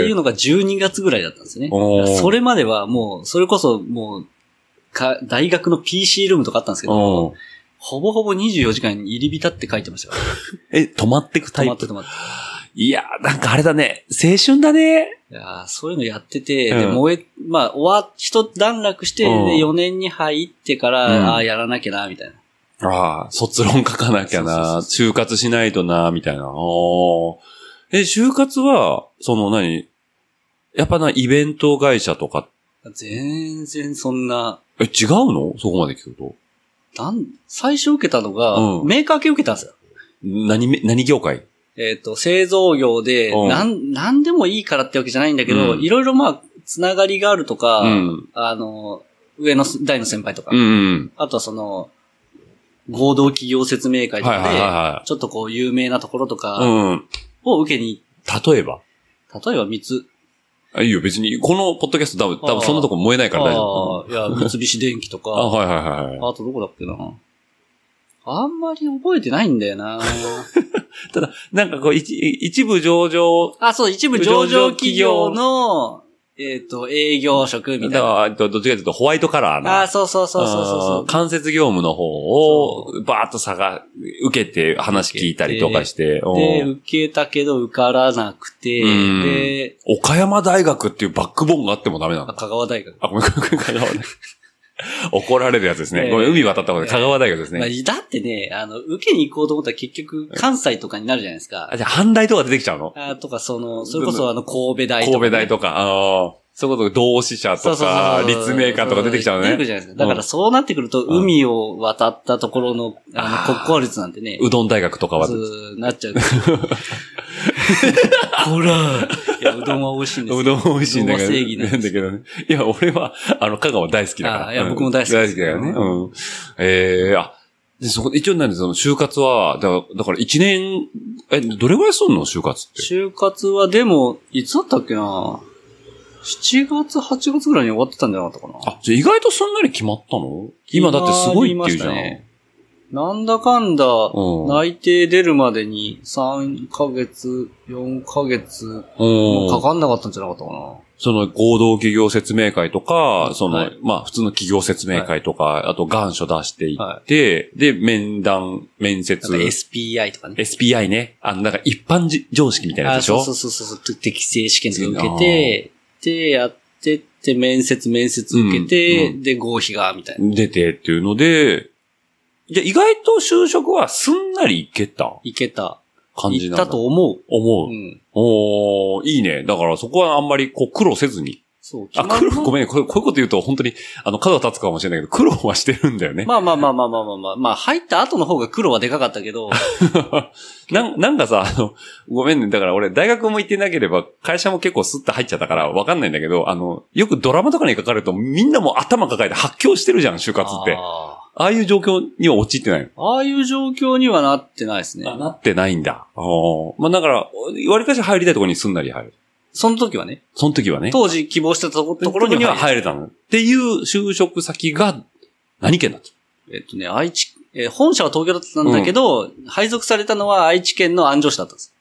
Speaker 2: え
Speaker 1: う。のが12月ぐらいだったんですね
Speaker 2: おー。
Speaker 1: それまではもう、それこそもう、か大学の PC ルームとかあったんですけど、
Speaker 2: うん
Speaker 1: ほぼほぼ24時間入り浸って書いてましたから。
Speaker 2: え、止まってくタ
Speaker 1: 止ま
Speaker 2: イ
Speaker 1: って
Speaker 2: プ
Speaker 1: 止まって。
Speaker 2: いやー、なんかあれだね。青春だね。
Speaker 1: いやーそういうのやってて、
Speaker 2: うん
Speaker 1: で、燃え、まあ、終わ、一段落して、で、
Speaker 2: うん
Speaker 1: 4年に入ってから、
Speaker 2: うん
Speaker 1: ああ、やらなきゃな、みたいな。
Speaker 2: ああ、卒論書かなきゃ
Speaker 1: そうそう
Speaker 2: な。就活しないとな、みたいな。おーえ、就活は、その何やっぱな、イベント会社とか、
Speaker 1: 全然そんな、
Speaker 2: え、違うのそこまで聞くと。
Speaker 1: なん、最初受けたのが、
Speaker 2: うん
Speaker 1: メーカー系受けたんですよ。
Speaker 2: 何め、何業界
Speaker 1: えっ、と、製造業で、
Speaker 2: うん
Speaker 1: なん、なんでもいいからってわけじゃないんだけど、
Speaker 2: うん
Speaker 1: いろいろまあ、つながりがあるとか、
Speaker 2: うん。
Speaker 1: あの、上の代の先輩とか、
Speaker 2: うんうん。
Speaker 1: あとはその、合同企業説明会と
Speaker 2: はいはい
Speaker 1: か
Speaker 2: はい
Speaker 1: で、
Speaker 2: は
Speaker 1: ちょっとこう、有名なところと
Speaker 2: い。
Speaker 1: か
Speaker 2: うん。
Speaker 1: を受けに、
Speaker 2: 例えば
Speaker 1: 例えば三つ、
Speaker 2: あいいよ、別に。このポッドキャスト多分、多分そんなとこ燃えないから大丈夫。
Speaker 1: ああ、い や、三菱電機と
Speaker 2: あ、
Speaker 1: か、
Speaker 2: はいはいはいは
Speaker 1: あとどこだっけな。あんまり覚えてないんだよな
Speaker 2: い。ただ、なんかこう、一一部上場、
Speaker 1: あ、そう、一部上場企業の、えっ、と、営業職みたい
Speaker 2: だ
Speaker 1: な。
Speaker 2: からどどっちかというとホワイトカラーな。
Speaker 1: あ、そうそうそうそう
Speaker 2: あ
Speaker 1: そ
Speaker 2: ー
Speaker 1: うそう。
Speaker 2: 間接業務の方を、バーッと探、受けて話聞いたりとかして、
Speaker 1: で、
Speaker 2: うん
Speaker 1: 受けたけど受からなくて、
Speaker 2: うん
Speaker 1: で、
Speaker 2: 岡山大学っていうバックボーンがあってもダメな
Speaker 1: あ
Speaker 2: の
Speaker 1: 香川大学。
Speaker 2: あ、ごめん、ごめん 香川大学。怒られるやつです
Speaker 1: え
Speaker 2: ね。
Speaker 1: え
Speaker 2: ごめん、海渡ったことで、
Speaker 1: ええ
Speaker 2: 香川大学です
Speaker 1: ま
Speaker 2: ね。
Speaker 1: あ、だってね、あの、受けに行こうと思ったら結局関西とかになるじゃないですか
Speaker 2: あ、。じゃあ、阪大とか出てきちゃうの
Speaker 1: あとか、その、それこそあの、神戸大
Speaker 2: 神
Speaker 1: とかね、
Speaker 2: 戸大とか、ああ、そういうこと、同志社
Speaker 1: そう
Speaker 2: と
Speaker 1: そうそう
Speaker 2: か、
Speaker 1: そう
Speaker 2: 立命館とか出てきちゃうの
Speaker 1: 出てくる
Speaker 2: ね。
Speaker 1: じゃないですか。だからそうなってくると、
Speaker 2: うん
Speaker 1: 海を渡ったところの、あの、国公立なんてね、
Speaker 2: うどん大学とかは。
Speaker 1: そうなっ ちゃう。ほら、いや、うどんは美味しいんですよ
Speaker 2: うどん美味しいんだけど。
Speaker 1: うどんは正義なん
Speaker 2: んだけどね。いや、俺は、あの、香川大好きだから。
Speaker 1: あいや
Speaker 2: うん
Speaker 1: 僕も大好き
Speaker 2: 大好きだよね。うん。ええあ、で、そこで、一応なんで、その、就活は、だから、だから一年、え、どれぐらいすんの就活って。
Speaker 1: 就活はでも、いつだったっけな7月、8月ぐらいに終わってたんじゃなかったかな。
Speaker 2: あ、じゃあ意外とすんなり決まったの今だってすごいっていうじゃん。
Speaker 1: 決まりましたねなんだかんだ、
Speaker 2: うん
Speaker 1: 内定出るまでに3ヶ月、4ヶ月、
Speaker 2: う
Speaker 1: か
Speaker 2: ん。
Speaker 1: かんなかったんじゃなかったかな。
Speaker 2: その合同企業説明会とか、その、
Speaker 1: はい
Speaker 2: まあ普通の企業説明会とか、あと願書出していって、で、面談、面
Speaker 1: な
Speaker 2: 接
Speaker 1: んか。SPI とかね。
Speaker 2: SPI ね。あの、なんか一般じ常識みたいなや
Speaker 1: あ
Speaker 2: つでしょ
Speaker 1: そうそうそうそう、適正試験とか受けて、で、やってって、面接、面接受けて、
Speaker 2: うん
Speaker 1: で、合否が、みたいな。
Speaker 2: 出てっていうので、じゃあ意外と就職はすんなりいけた
Speaker 1: いけた。
Speaker 2: 感じ
Speaker 1: いっ
Speaker 2: なんだ。
Speaker 1: たと思う。
Speaker 2: 思う。
Speaker 1: うん。
Speaker 2: おーいいね。だからそこはあんまりこう苦労せずに。
Speaker 1: そう、
Speaker 2: あ、
Speaker 1: 決ま
Speaker 2: 苦
Speaker 1: る
Speaker 2: 労、ごめんね。こうこういうこと言うと本当に、あの、角が立つかもしれないけど、苦労はしてるんだよね。
Speaker 1: まあまあまあまあまあまあまあ、まあ入った後の方が苦労はでかかったけど、
Speaker 2: なん、なんかさ、あの、ごめんね。だから俺、大学も行ってなければ、会社も結構スッと入っちゃったから、わかんないんだけど、あの、よくドラマとかに書かれると、みんなもう頭抱えて発狂してるじゃん、就活って。あ
Speaker 1: あ
Speaker 2: あいう状況には陥ってないの
Speaker 1: ーああいう状況にはなってないですね。
Speaker 2: あなってないんだ。あーまあだから、割かし入りたいところにすんなり入る。
Speaker 1: その時はね、
Speaker 2: その時はね。
Speaker 1: 当時希望してたとことところには入
Speaker 2: 入れたの。っていう就職先が何県だった
Speaker 1: る。えっとね、愛知、えー本社は東京だったんだけど、配属されたのは愛知県の安城市だったんです。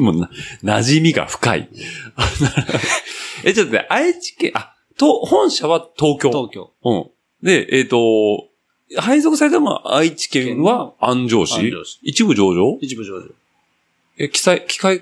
Speaker 2: もうな、馴染みが深い。 え、ちょっと待って、愛知県、あ、と、本社は東京。
Speaker 1: 東京。
Speaker 2: うん。で、えっ、と、配属されたのは愛知県は安城市
Speaker 1: 安城市
Speaker 2: 一部上場
Speaker 1: 一部上場。
Speaker 2: え、機械、機械、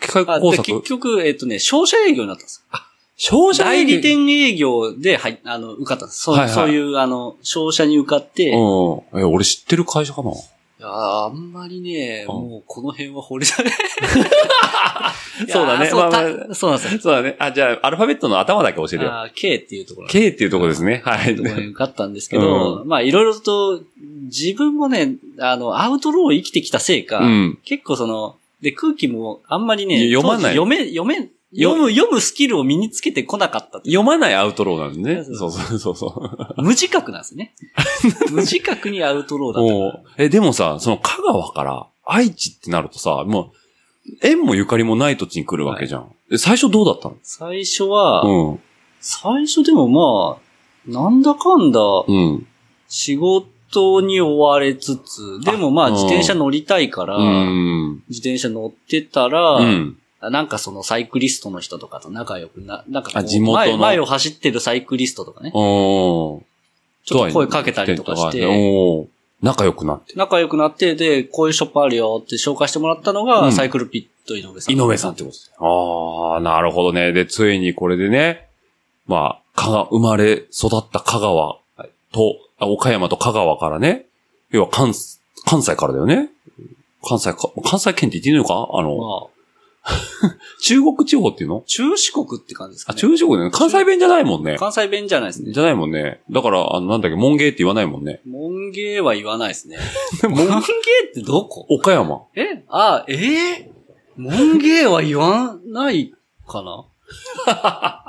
Speaker 2: 機械
Speaker 1: あ
Speaker 2: 工
Speaker 1: で結
Speaker 2: 作
Speaker 1: 局、えっ、とね、商社営業になったんですよ。
Speaker 2: 商社
Speaker 1: 代理店営業で、はい、あの、受かったんです。そう,、
Speaker 2: はいはい
Speaker 1: そういう、あの、商社に受かって、
Speaker 2: うん。え、俺知ってる会社かない
Speaker 1: やや、あんまりね、
Speaker 2: うん
Speaker 1: もうこの辺は掘り下げ。
Speaker 2: そうだね
Speaker 1: いやーそう,
Speaker 2: ま
Speaker 1: た、
Speaker 2: あ
Speaker 1: そうなんですよ。
Speaker 2: そうだね。あ、じゃあ、アルファベットの頭だけ教えてよ。
Speaker 1: あー K っていうところ。
Speaker 2: K っていうとこですね。はい。
Speaker 1: ところ に受かったんですけど、まあいろいろと、自分もね、あの、アウトローを生きてきたせいか、
Speaker 2: うん。
Speaker 1: 結構その、で、空気もあんまりね、
Speaker 2: 読まない
Speaker 1: 当時読め、読め、読む、読むスキルを身につけてこなかったっていう
Speaker 2: 読まないアウトローなんでね。
Speaker 1: そ
Speaker 2: そう
Speaker 1: う
Speaker 2: そうそうそう。
Speaker 1: 無自覚なんです ね。無自覚にアウトローだった
Speaker 2: おうえ、でもさ、その香川から愛知ってなるとさ、もう、縁もゆかりもない土地に来るわけじゃん。え最初どうだった
Speaker 1: 最初は、
Speaker 2: の
Speaker 1: 最初でもまあ、なんだかんだ、
Speaker 2: うん。うん。
Speaker 1: 仕事に追われつつ、でもま
Speaker 2: あ
Speaker 1: あ自転車乗りたいから、
Speaker 2: うん。
Speaker 1: 自転車乗ってたら、
Speaker 2: うん。
Speaker 1: なんかそのサイクリストの人とかと仲良くな、なんかこ
Speaker 2: あ
Speaker 1: う
Speaker 2: 地元の
Speaker 1: 前前を走ってるサイクリストとかね、
Speaker 2: おー
Speaker 1: ちょっと声かけたりとかして、
Speaker 2: おー仲良くなって。
Speaker 1: 仲良くなって、で、こういうショップあるよって紹介してもらったのが、
Speaker 2: うん
Speaker 1: サイクルピット井上さん。
Speaker 2: 井上さんってことですね。ああ、なるほどね。で、ついにこれでね、まあ、かが、生まれ育った香川と、あ岡山と香川からね、要は関、関西からだよね。関西か、関西圏って言っていいのかあの、
Speaker 1: まあ、
Speaker 2: 中国地方っていうの
Speaker 1: 中四国って感じですか
Speaker 2: あ、
Speaker 1: ね。
Speaker 2: 中四国だよね。関西弁じゃないもんね。
Speaker 1: 関西弁じゃないですね。
Speaker 2: じゃないもんね。だから、あの、なんだっけ、門芸って言わないもんね。
Speaker 1: 門芸は言わない ですね。
Speaker 2: でも
Speaker 1: 門芸ってどこ
Speaker 2: 岡山。
Speaker 1: えあ、えー、門芸は言わないかな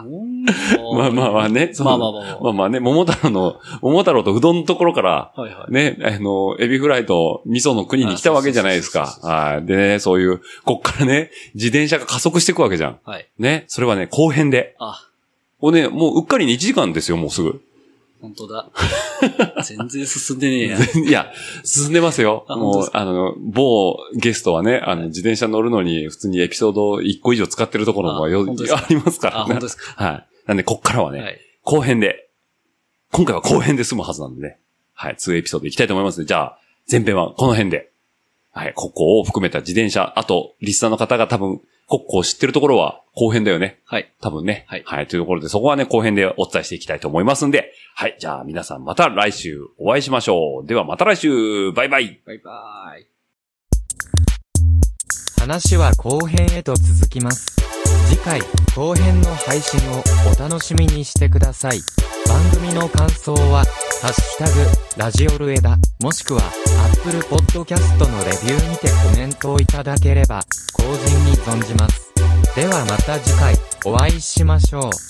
Speaker 1: 門芸
Speaker 2: まあまあまあね。そう
Speaker 1: まあまあまあまあ
Speaker 2: まあまあね、桃太郎の、桃太郎とうどんのところから、
Speaker 1: はいはい。
Speaker 2: ね、あの、エビフライと味噌の国に来たわけじゃないです
Speaker 1: あそ
Speaker 2: か
Speaker 1: うそう。
Speaker 2: はい。でね、そういう、こっからね、自転車が加速していくわけじゃん。
Speaker 1: はい。
Speaker 2: ね、それはね、後編で。
Speaker 1: あ、
Speaker 2: もうね、もううっかりに1時間ですよ、もうすぐ。
Speaker 1: 本当 だ。全然進んでねえや。
Speaker 2: いや、進んでますよ。
Speaker 1: あ本当
Speaker 2: も
Speaker 1: で
Speaker 2: う
Speaker 1: す、
Speaker 2: あの、某ゲストはね、あの、自転車乗るのに、普通にエピソード1個以上使ってるところも
Speaker 1: あ
Speaker 2: よ
Speaker 1: 本当ですか
Speaker 2: ありますから
Speaker 1: あ、
Speaker 2: ね
Speaker 1: 本当ですか。
Speaker 2: はい。なんで、こっからはね、
Speaker 1: はい。
Speaker 2: 後編で、今回は後編で済むはずなんでね。はい、2エピソードいきたいと思いますね。じゃあ、前編はこの辺で。はい、国交を含めた自転車、あと、リスナーの方が多分、国交を知ってるところは後編だよね。
Speaker 1: はい。
Speaker 2: 多分ね。
Speaker 1: はい
Speaker 2: というところで、そこはね、後編でお伝えしていきたいと思いますんで。はい。じゃあ、皆さんまた来週お会いしましょう。では、また来週バイバイ
Speaker 1: バイバイ。
Speaker 3: 話は後編へと続きます次回後編の配信をお楽しみにしてください番組の感想は「ハッシュタグラジオルエダ」もしくは Apple Podcast のレビューにてコメントをいただければ後人に存じますではまた次回お会いしましょう